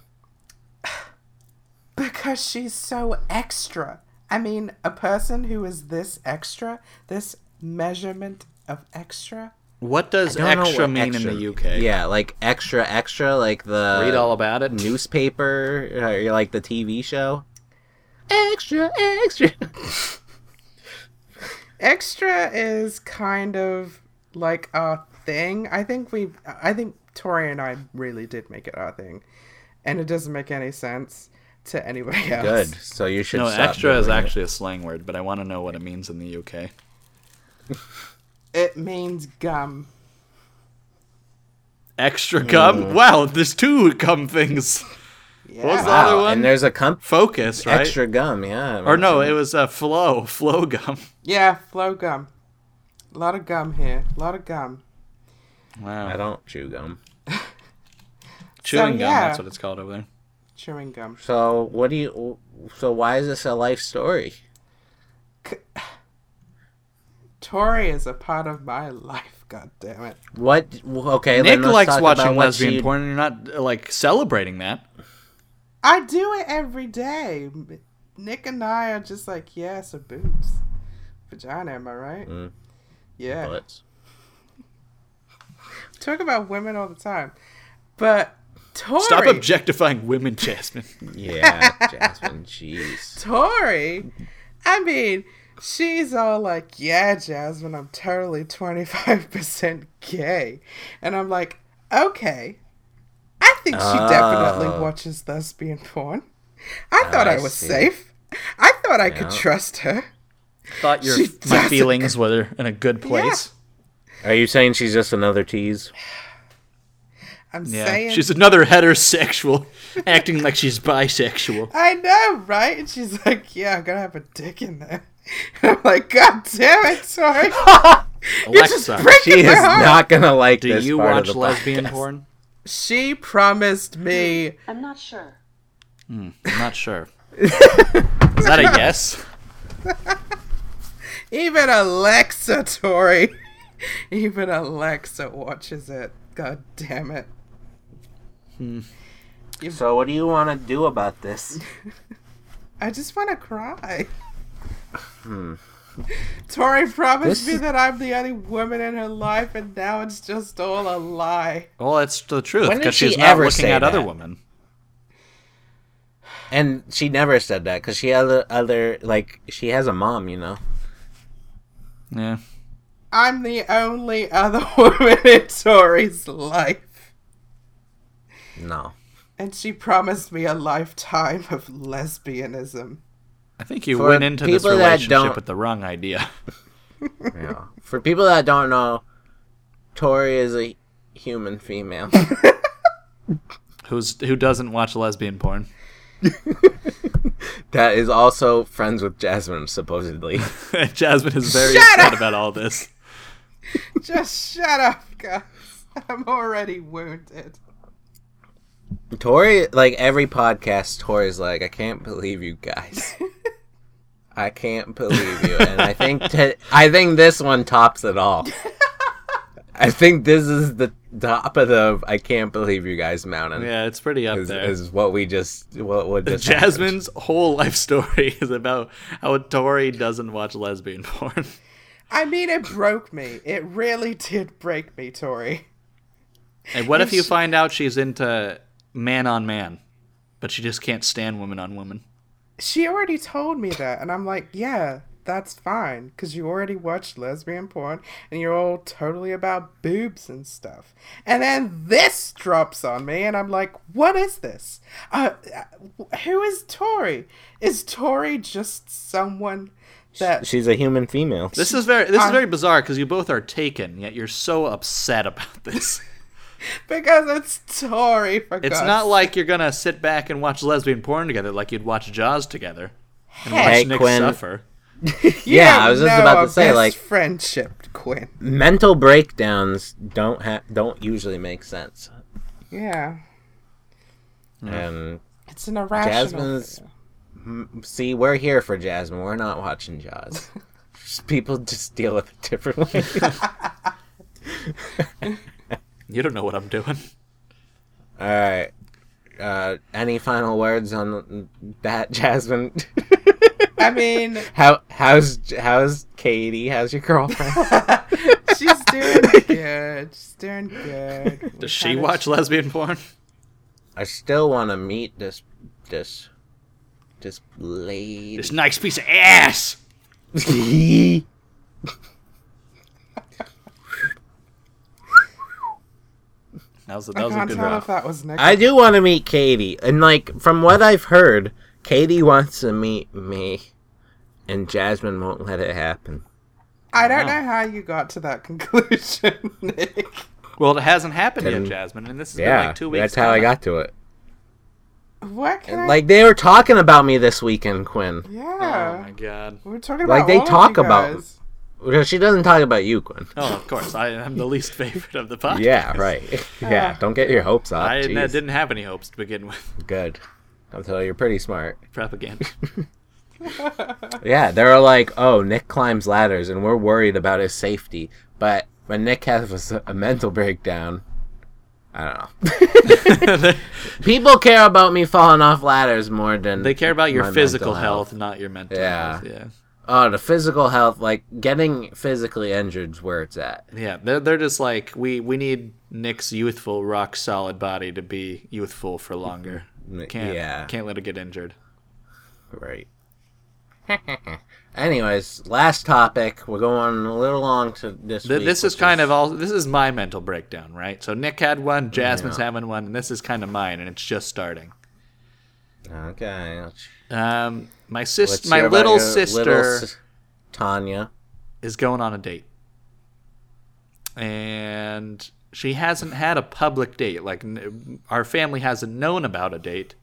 S4: Because she's so extra. I mean, a person who is this extra, this measurement of extra.
S3: What does
S1: I don't know
S3: extra
S1: what
S3: mean
S1: extra-
S3: in the UK?
S1: Yeah, like extra, extra, like the
S3: read all about it.
S1: newspaper, uh, or like the TV show. Extra,
S3: [laughs]
S1: extra.
S4: Extra is kind of like a thing. I think we I think Tori and I really did make it our thing, and it doesn't make any sense to anybody else.
S1: Good. So you should.
S3: No,
S1: stop
S3: extra is
S1: doing it.
S3: actually a slang word, but I want to know what it means in the UK.
S4: It means gum.
S3: Extra gum? Wow, there's two gum things. [laughs] What was the
S1: Wow,
S3: other one?
S1: And there's a comp-
S3: Focus, right?
S1: extra gum. Yeah.
S3: Or no, it was uh, flow, [laughs] flow gum.
S4: Yeah, flow gum. A lot of gum here. A lot of gum.
S3: Wow,
S1: I don't chew gum.
S3: chewing gum.
S4: yeah.
S3: That's what it's called over there.
S4: Chewing gum.
S1: So what do you? So why is this a life story?
S4: [sighs] Tori is a part of my life. God damn it.
S1: What? Okay.
S3: Nick
S1: then let's
S3: likes
S1: talk
S3: watching
S1: about what
S3: lesbian
S1: you-
S3: porn, and you're not uh, like celebrating that.
S4: I do it every day. Nick and I are just like, yeah, some boobs. Vagina, am I right?
S1: Mm.
S4: Yeah.
S1: Bullets.
S4: Talk about women all the time. But Tori
S3: Stop objectifying
S1: [laughs]
S3: women, Jasmine.
S1: Yeah, [laughs] Jasmine. Jeez.
S4: Tori, I mean, she's all like, yeah, Jasmine, I'm totally 25% gay. And I'm like, okay. I think she definitely
S1: Oh.
S4: watches lesbian porn. I thought
S1: Ah, I
S4: I, was
S1: see.
S4: safe. I thought I could
S1: Yeah.
S4: trust her.
S3: Thought your
S4: She
S3: my
S4: doesn't-
S3: feelings were in a good place.
S1: Are you saying she's just another [laughs] tease?
S4: I'm
S3: Yeah,
S4: saying.
S3: she's another heterosexual, [laughs] acting like she's bisexual.
S4: I know, right? And she's like, yeah, I'm going to have a dick in there. [laughs] And I'm like, God damn it,
S1: [laughs]
S4: Tori.
S3: Alexa,
S1: She is
S4: heart.
S1: not gonna like
S3: do
S1: this.
S3: you
S1: part of
S3: watch
S1: the
S3: lesbian
S1: podcast.
S3: porn?
S4: she promised me.
S5: I'm not sure.
S3: I'm not
S4: [laughs]
S3: sure. Is that a yes?
S4: Even Alexa, Tori. [laughs] Even Alexa watches it. God damn it.
S1: So what do you want to do about this?
S4: I just want to cry. [laughs] Tori promised
S1: Hmm. This
S4: me
S1: is-
S4: that I'm the only woman in her life, and now it's just all a lie.
S3: Well, it's the truth
S1: When did
S3: because
S1: she
S3: she's not
S1: ever
S3: looking
S1: say
S3: at other
S1: that?
S3: women.
S1: And she never said that because she has a- other like she has a mom, you know.
S3: Yeah.
S4: I'm the only other [laughs] woman in Tori's life.
S1: No.
S4: And she promised me a lifetime of lesbianism.
S3: I think you
S1: For
S3: went into this
S1: people that
S3: relationship
S1: don't-
S3: with the wrong idea. [laughs]
S1: Yeah. [laughs] For people that don't know, Tori is a human [laughs] female.
S3: Who's who doesn't watch lesbian porn? [laughs]
S1: that is also friends with Jasmine, supposedly.
S3: Jasmine is very
S4: Shut
S3: upset about all this.
S4: Just shut up, guys. [laughs] I'm already wounded.
S1: Tori, like every podcast, Tori's like, I can't believe you
S3: [laughs]
S1: guys. I can't believe you, and I think t- I think this one tops it all.
S3: [laughs]
S1: I think this is the top of the I can't believe you guys mountain.
S3: Yeah, it's pretty up
S1: is,
S3: [laughs] there.
S1: is what we just what what just happened.
S3: Jasmine's whole life story is about how Tori doesn't watch lesbian [laughs] porn.
S4: I mean, it broke me. It really did break me, Tori.
S3: And what if you find out she's into man on man, but she just can't stand woman on woman?
S4: She already told me that, and I'm like, yeah, that's fine, because you already watched lesbian porn, and you're all totally about boobs and stuff. And then this drops on me, and I'm like, what is this? Uh, uh, who is Tori? Is Tori just someone that?
S1: She's a human female.
S3: This is very this is
S4: I'm-
S3: very bizarre because you both are taken, yet you're so upset about this.
S4: Because it's Tori. For
S3: It's
S4: God's
S3: not like you're gonna sit back and watch lesbian porn together like you'd watch Jaws together and watch
S1: Hey,
S3: Nick
S1: Quinn.
S3: suffer.
S4: You
S1: yeah,
S4: don't
S1: I was just
S4: know
S1: about
S4: our
S1: to say
S4: best
S1: like
S4: friendship, Quinn.
S1: mental breakdowns don't ha- don't usually make sense.
S4: Yeah,
S1: And
S4: it's an irrational.
S1: Jasmine's m- see, we're here for Jasmine. We're not watching
S3: [laughs]
S1: Jaws. People just deal with it differently. [laughs]
S3: You don't know what I'm doing.
S1: All right. Uh, any final words on that,
S3: [laughs]
S1: Jasmine?
S4: I mean,
S1: How how's how's Katie? How's your girlfriend?
S3: [laughs]
S4: she's doing
S1: [laughs]
S4: good. She's doing good. We've
S3: Does she
S4: had a-
S3: watch lesbian porn?
S1: I still want to meet this this this lady.
S3: This nice piece of ass. That was a,
S4: I
S3: that was a
S4: can't
S3: good
S4: tell
S3: one.
S4: if that was
S1: [laughs]
S4: Nick.
S1: I do want to meet Katie, and like from what I've heard, Katie wants to meet me, and Jasmine won't let it happen.
S4: I don't
S3: Wow.
S4: know how you got to that [laughs] conclusion, Nick.
S3: Well, it hasn't happened yet,
S1: Ten-
S3: Jasmine, and this has been
S1: Yeah,
S3: like two weeks.
S1: that's how I [laughs]
S3: now.
S1: got to it.
S4: What can I?
S1: Like they were talking about me this weekend, Quinn.
S3: Oh
S4: yeah,
S3: my god!
S4: we're talking about
S1: Like, they
S4: all of
S1: talk
S4: you
S1: about-
S4: guys.
S1: Well, She doesn't talk about you, Quinn.
S3: Oh, of course, I am the least [laughs] favorite of the podcast.
S1: Yeah,
S3: [laughs]
S1: right. [laughs] yeah, don't get your hopes up.
S3: I uh,
S1: Jeez.
S3: didn't have any hopes to begin with. [laughs]
S1: Good. I'll tell you, you're pretty smart. [laughs]
S3: Propaganda.
S1: Yeah, they're like, oh, Nick climbs ladders, and we're worried about his safety. But when Nick has a s- a mental breakdown, I don't know. [laughs] People care about me falling off ladders more than
S3: they care about your
S1: my
S3: physical
S1: mental
S3: health, not your mental
S1: Yeah.
S3: health. Yeah.
S1: Oh, the physical health, like getting physically injured's where it's at.
S3: Yeah, they're they're just like we we need Nick's youthful, rock solid body to be youthful for longer.
S1: Mm,
S3: Can't
S1: yeah.
S3: can't let it get injured.
S1: Right. [laughs] Anyways, last topic. We're going a little long to this.
S3: Th-
S1: week,
S3: this is
S1: which
S3: kind of all. This is my mental breakdown, right? So Nick had one, Jasmine's having one, and this is kind of mine, and it's just starting.
S1: okay.
S3: Um, my
S1: Let's
S3: sis, my
S1: hear about
S3: little
S1: your
S3: sister
S1: sis- Tanya.
S3: is going on a date, and she hasn't had a public date. Like n- our family hasn't known about a date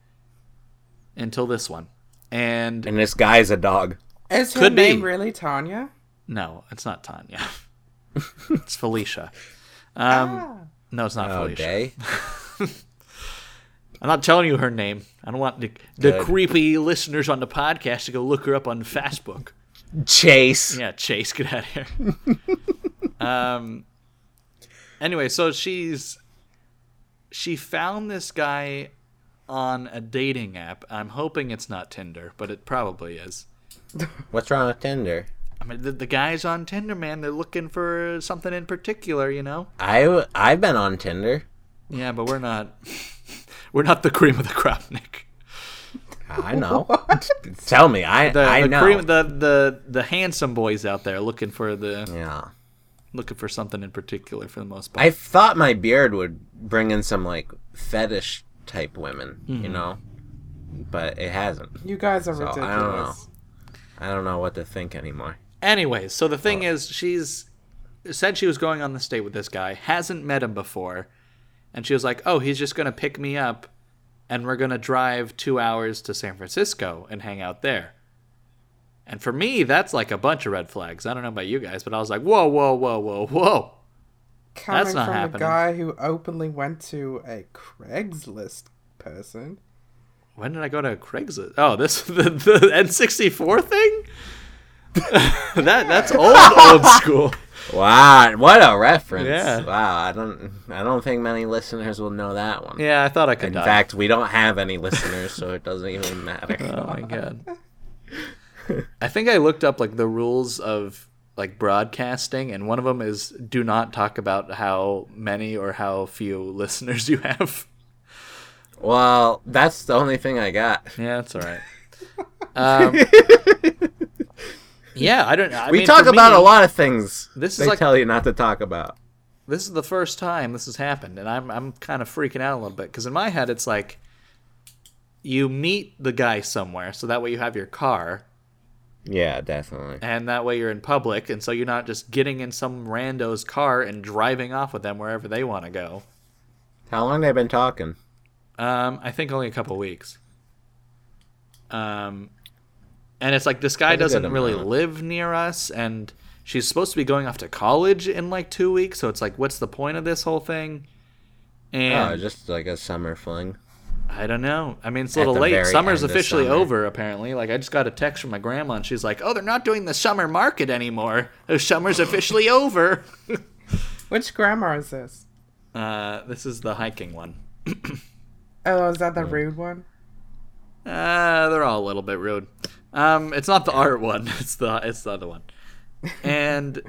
S3: until this one, and
S1: And this guy's a dog.
S4: Is her
S3: Could be.
S4: name really Tanya?
S3: No, it's not Tanya. it's Felicia. Um, No, it's not
S1: Oh,
S3: Felicia.
S1: day.
S3: I'm not telling you her name. I don't want the, the creepy listeners on the podcast to go look her up on Facebook.
S1: Chase.
S3: [laughs] Yeah, Chase, get out of here. um. Anyway, so she's she found this guy on a dating app. I'm hoping it's not Tinder, but it probably is.
S1: What's wrong with Tinder?
S3: I mean, the, the guys on Tinder, man, they're looking for something in particular, you know.
S1: I w- I've been on Tinder.
S3: Yeah, but we're not [laughs] we're not the cream of the crop, Nick.
S1: I
S3: [laughs]
S1: know. Tell me. I
S3: The,
S1: I
S3: the
S1: know.
S3: cream the, the the handsome boys out there looking for the
S1: yeah.
S3: looking for something in particular for the most part.
S1: I thought my beard would bring in some like fetish type women,
S3: Mm-hmm.
S1: you know, but it hasn't.
S4: You guys are
S1: So, Oh, I don't
S4: ridiculous.
S1: I don't know what to think anymore.
S3: Anyways, so the thing is she's said she was going on this date with this guy, hasn't met him before, and she was like, "Oh, he's just going to pick me up and we're going to drive 2 hours to San Francisco and hang out there." And for me, that's like a bunch of red flags. I don't know about you guys, but I was like, "Whoa, whoa, whoa, whoa, whoa."
S4: Coming
S3: That's not
S4: from
S3: happening.
S4: a guy who openly went to a Craigslist person.
S3: When did I go to Craigslist? Oh, this [laughs] the, the N64 thing? [laughs] that that's old old school.
S1: Wow, what a reference!
S3: Yeah.
S1: Wow, I don't I don't think many listeners will know that one.
S3: Yeah, I thought I could
S1: In
S3: die.
S1: fact, we don't have any listeners, so it doesn't even matter. [laughs]
S3: oh my god. I think I looked up like the rules of like broadcasting and one of them is do not talk about how many or how few [laughs] listeners you have.
S1: Well, that's the only thing I got.
S3: Yeah, that's all right. [laughs]
S1: [laughs]
S3: Um, yeah, I don't I
S1: we
S3: mean,
S1: talk
S3: for
S1: about
S3: me-
S1: a lot of things.
S3: this is
S1: they
S3: like-
S1: tell you not to talk about.
S3: this is the first time this has happened and i'm, I'm kind of freaking out a little bit because in my head it's like you meet the guy somewhere so that way you have your car
S1: Yeah, definitely.
S3: and that way you're in public and so you're not just getting in some rando's car and driving off with them wherever they want to go
S1: How long they been talking?
S3: um, i think only a couple weeks um, and it's like this guy
S1: That's a good
S3: doesn't really
S1: amount.
S3: live near us and she's supposed to be going off to college in like two weeks so it's like what's the point of this whole thing and
S1: Oh, just like a summer fling.
S3: I don't know. I mean, it's a
S1: At
S3: little
S1: the
S3: late.
S1: very
S3: Summer's
S1: end of
S3: officially
S1: summer.
S3: over, apparently. Like, I just got a text from my grandma, and she's like, "Oh, they're not doing the summer market anymore. The summer's officially over." [laughs]
S4: Which grandma is this?
S3: Uh, this is the hiking one.
S4: Oh, is that the rude one?
S3: Uh, they're all a little bit rude. Um, it's not the art one. [laughs] It's the it's the other one. And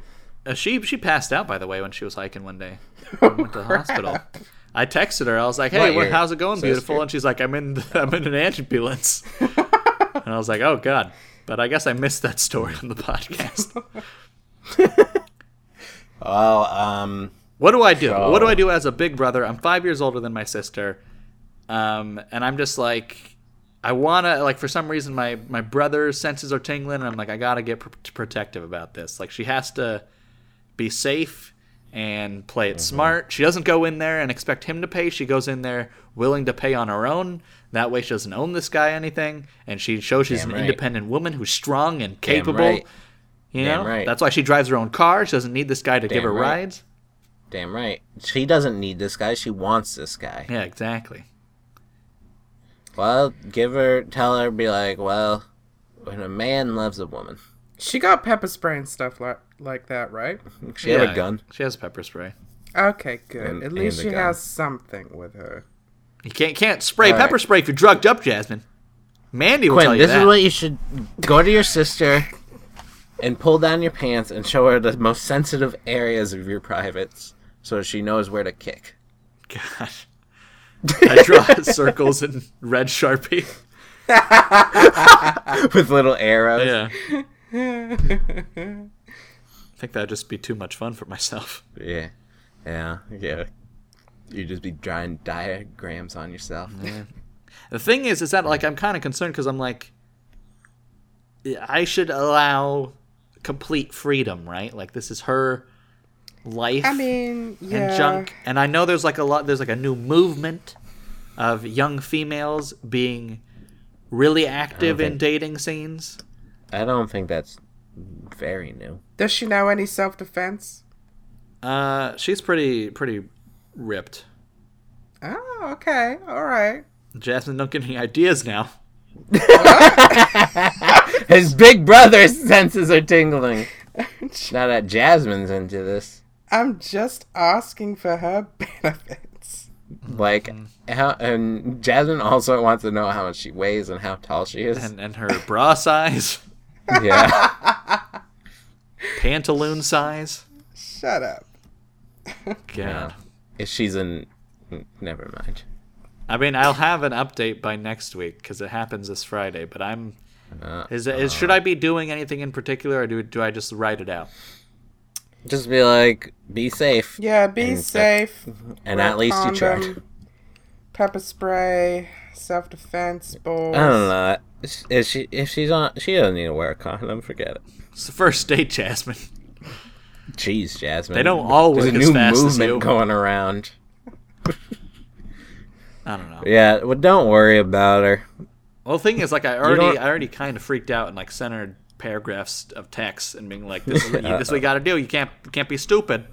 S3: uh, she she passed out by the way when she was hiking one day. went to the hospital. I texted her. I was like, "Hey,
S1: What,
S3: what,
S1: your
S3: how's it going, beautiful?"
S1: sister?
S3: And she's like, "I'm in I'm in an ambulance." and I was like, "Oh God!" But I guess I missed that story on the podcast.
S1: Well, um,
S3: What do I do?
S1: So-
S3: What do I do as a big brother? I'm five years older than my sister, um, and I'm just like, I wanna like for some reason my my brother's senses are tingling, and I'm like, I gotta get pr- protective about this. Like she has to be safe and play it
S1: Mm-hmm.
S3: smart. She doesn't go in there and expect him to pay. She goes in there willing to pay on her own. That way she doesn't own this guy anything, and she shows she's
S1: Damn
S3: an
S1: right.
S3: independent woman who's strong and capable.
S1: right.
S3: You know,
S1: Damn right.
S3: that's why she drives her own car. She doesn't need this guy to give
S1: Damn
S3: her
S1: right.
S3: rides.
S1: Damn right. She doesn't need this guy. She wants this guy.
S3: Yeah, exactly.
S1: Well, give her, tell her, be like, well, when a man loves a woman,
S4: She got pepper spray and stuff like like that, right?
S1: she had
S3: Yeah,
S1: a gun.
S3: She has pepper spray.
S4: Okay, good.
S1: And-
S4: At
S1: and
S4: least
S1: the
S4: she
S1: gun.
S4: has something with her.
S3: You can't can't spray
S1: All
S3: pepper
S1: right.
S3: spray if you're drugged up, Jasmine. Mandy will tell
S1: Quinn,
S3: you
S1: this
S3: that.
S1: is what you should go to your sister and pull down your pants and show her the most sensitive areas of your privates so she knows where to kick. [laughs]
S3: God. I draw [laughs] circles in red sharpie.
S1: With little arrows.
S3: Yeah. I think that'd just be too much fun for myself.
S1: Yeah. Yeah. Yeah. You'd just be drawing diagrams on yourself.
S3: The thing is, is that like I'm kind of concerned because I'm like, I should allow complete freedom, right? Like this is her life.
S4: I mean, yeah.
S3: and junk. And I know there's like a lot. There's like a new movement of young females being really active in
S1: think-
S3: dating scenes.
S1: I don't think that's very new. [laughs]
S4: Does she know any self defense?
S3: Uh, she's pretty pretty ripped.
S4: Oh, okay, all right. [laughs]
S3: Jasmine, don't get any ideas now.
S1: His big brother's senses are tingling. now that Jasmine's into this,
S4: I'm just asking for her [laughs] benefits.
S1: like,
S3: Mm.
S1: how, and Jasmine also wants to know how much she weighs and how tall she is.
S3: And [laughs] and her bra size, [laughs]
S1: yeah.
S3: pantaloon size.
S4: Shut up.
S3: God.
S1: Yeah. If she's in. Never mind.
S3: I mean, I'll have an update by next week because it happens this Friday. But I'm.
S1: Uh,
S3: Is, is should I be doing anything in particular, or do do I just write it out?
S1: Just be like, be safe.
S4: Yeah, be
S1: And that-
S4: safe.
S1: And at least you tried.
S4: Condom, Pepper spray, self defense, balls.
S1: I don't know. If she if she's on, she doesn't need to wear a condom. Forget it.
S3: It's the first [laughs] date, Jasmine.
S1: Jeez, Jasmine.
S3: They don't all
S1: There's
S3: work
S1: a
S3: as
S1: new
S3: fast
S1: movement
S3: as you.
S1: going around.
S3: I don't know.
S1: Yeah, well, don't worry about her.
S3: Well, the thing is, like, I already,
S1: don't-
S3: I already kind of freaked out and like centered paragraphs of text and being like, "This is what you, this is what you got to do. You can't, you can't be stupid."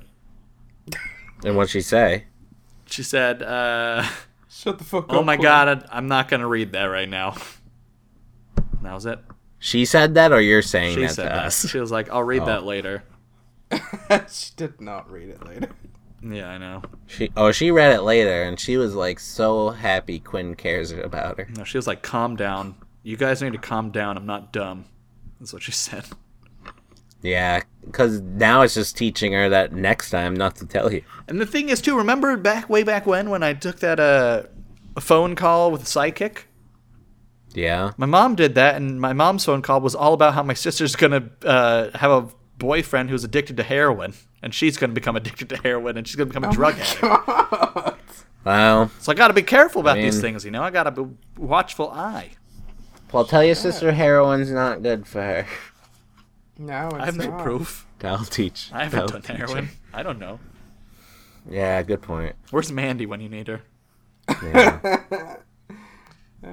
S1: And what'd she say?
S3: She said, uh,
S4: Shut the fuck up.
S3: "Oh my
S4: Quinn.
S3: god, I, I'm not gonna read that right now." And that was it.
S1: She said that, or you're saying
S3: She
S1: that
S3: said
S1: to
S3: that.
S1: us?
S3: She was like, "I'll read that later."
S4: [laughs] she did not read it later. [laughs]
S3: Yeah, I know.
S1: She oh, she read it later, and she was like so happy Quinn cares about her.
S3: No, she was like, "Calm down. You guys need to calm down. I'm not dumb." That's what she said.
S1: Yeah, because now it's just teaching her that next time not to tell you.
S3: And the thing is, too, remember back way back when when I took that uh, phone call with a psychic.
S1: Yeah,
S3: My mom did that, and my mom's phone call was all about how my sister's gonna uh, have a boyfriend who's addicted to heroin, and she's gonna become addicted to heroin, and she's gonna become a drug addict.
S1: well,
S3: So I gotta be careful about these
S1: mean-
S3: things, you know. I gotta be watchful eye.
S1: well, tell your sister heroin's not good for [laughs] her.
S4: No, it's
S3: I have no
S4: not.
S3: proof.
S1: That'll teach.
S3: I haven't
S1: that'll
S3: done
S1: teach
S3: heroin.
S1: her.
S3: I don't know.
S1: Yeah, good point.
S3: Where's Mandy when you need her?
S1: Yeah. [laughs]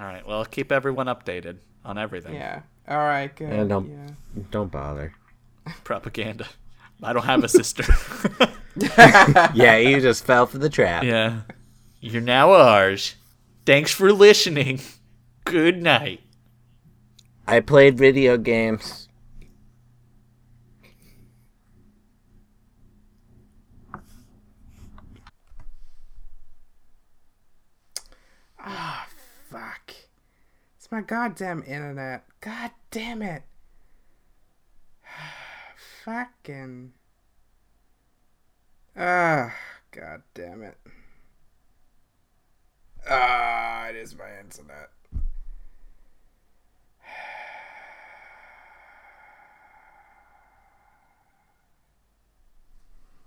S3: All right. Well, keep everyone updated on everything.
S4: Yeah. All right. Good.
S1: And, um,
S4: yeah.
S1: don't bother.
S3: Propaganda. I don't have a sister. [laughs]
S1: Yeah, you just fell for the trap.
S3: yeah. You're now ours. Thanks for listening. Good night.
S1: I played video games.
S4: Fuck. It's my goddamn internet. God damn it. [sighs] Fucking. Ah, god damn it. Ah, it is my internet. [sighs]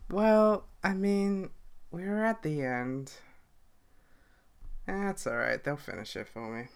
S4: Well, I mean, we were at the end. That's all right. They'll finish it for me.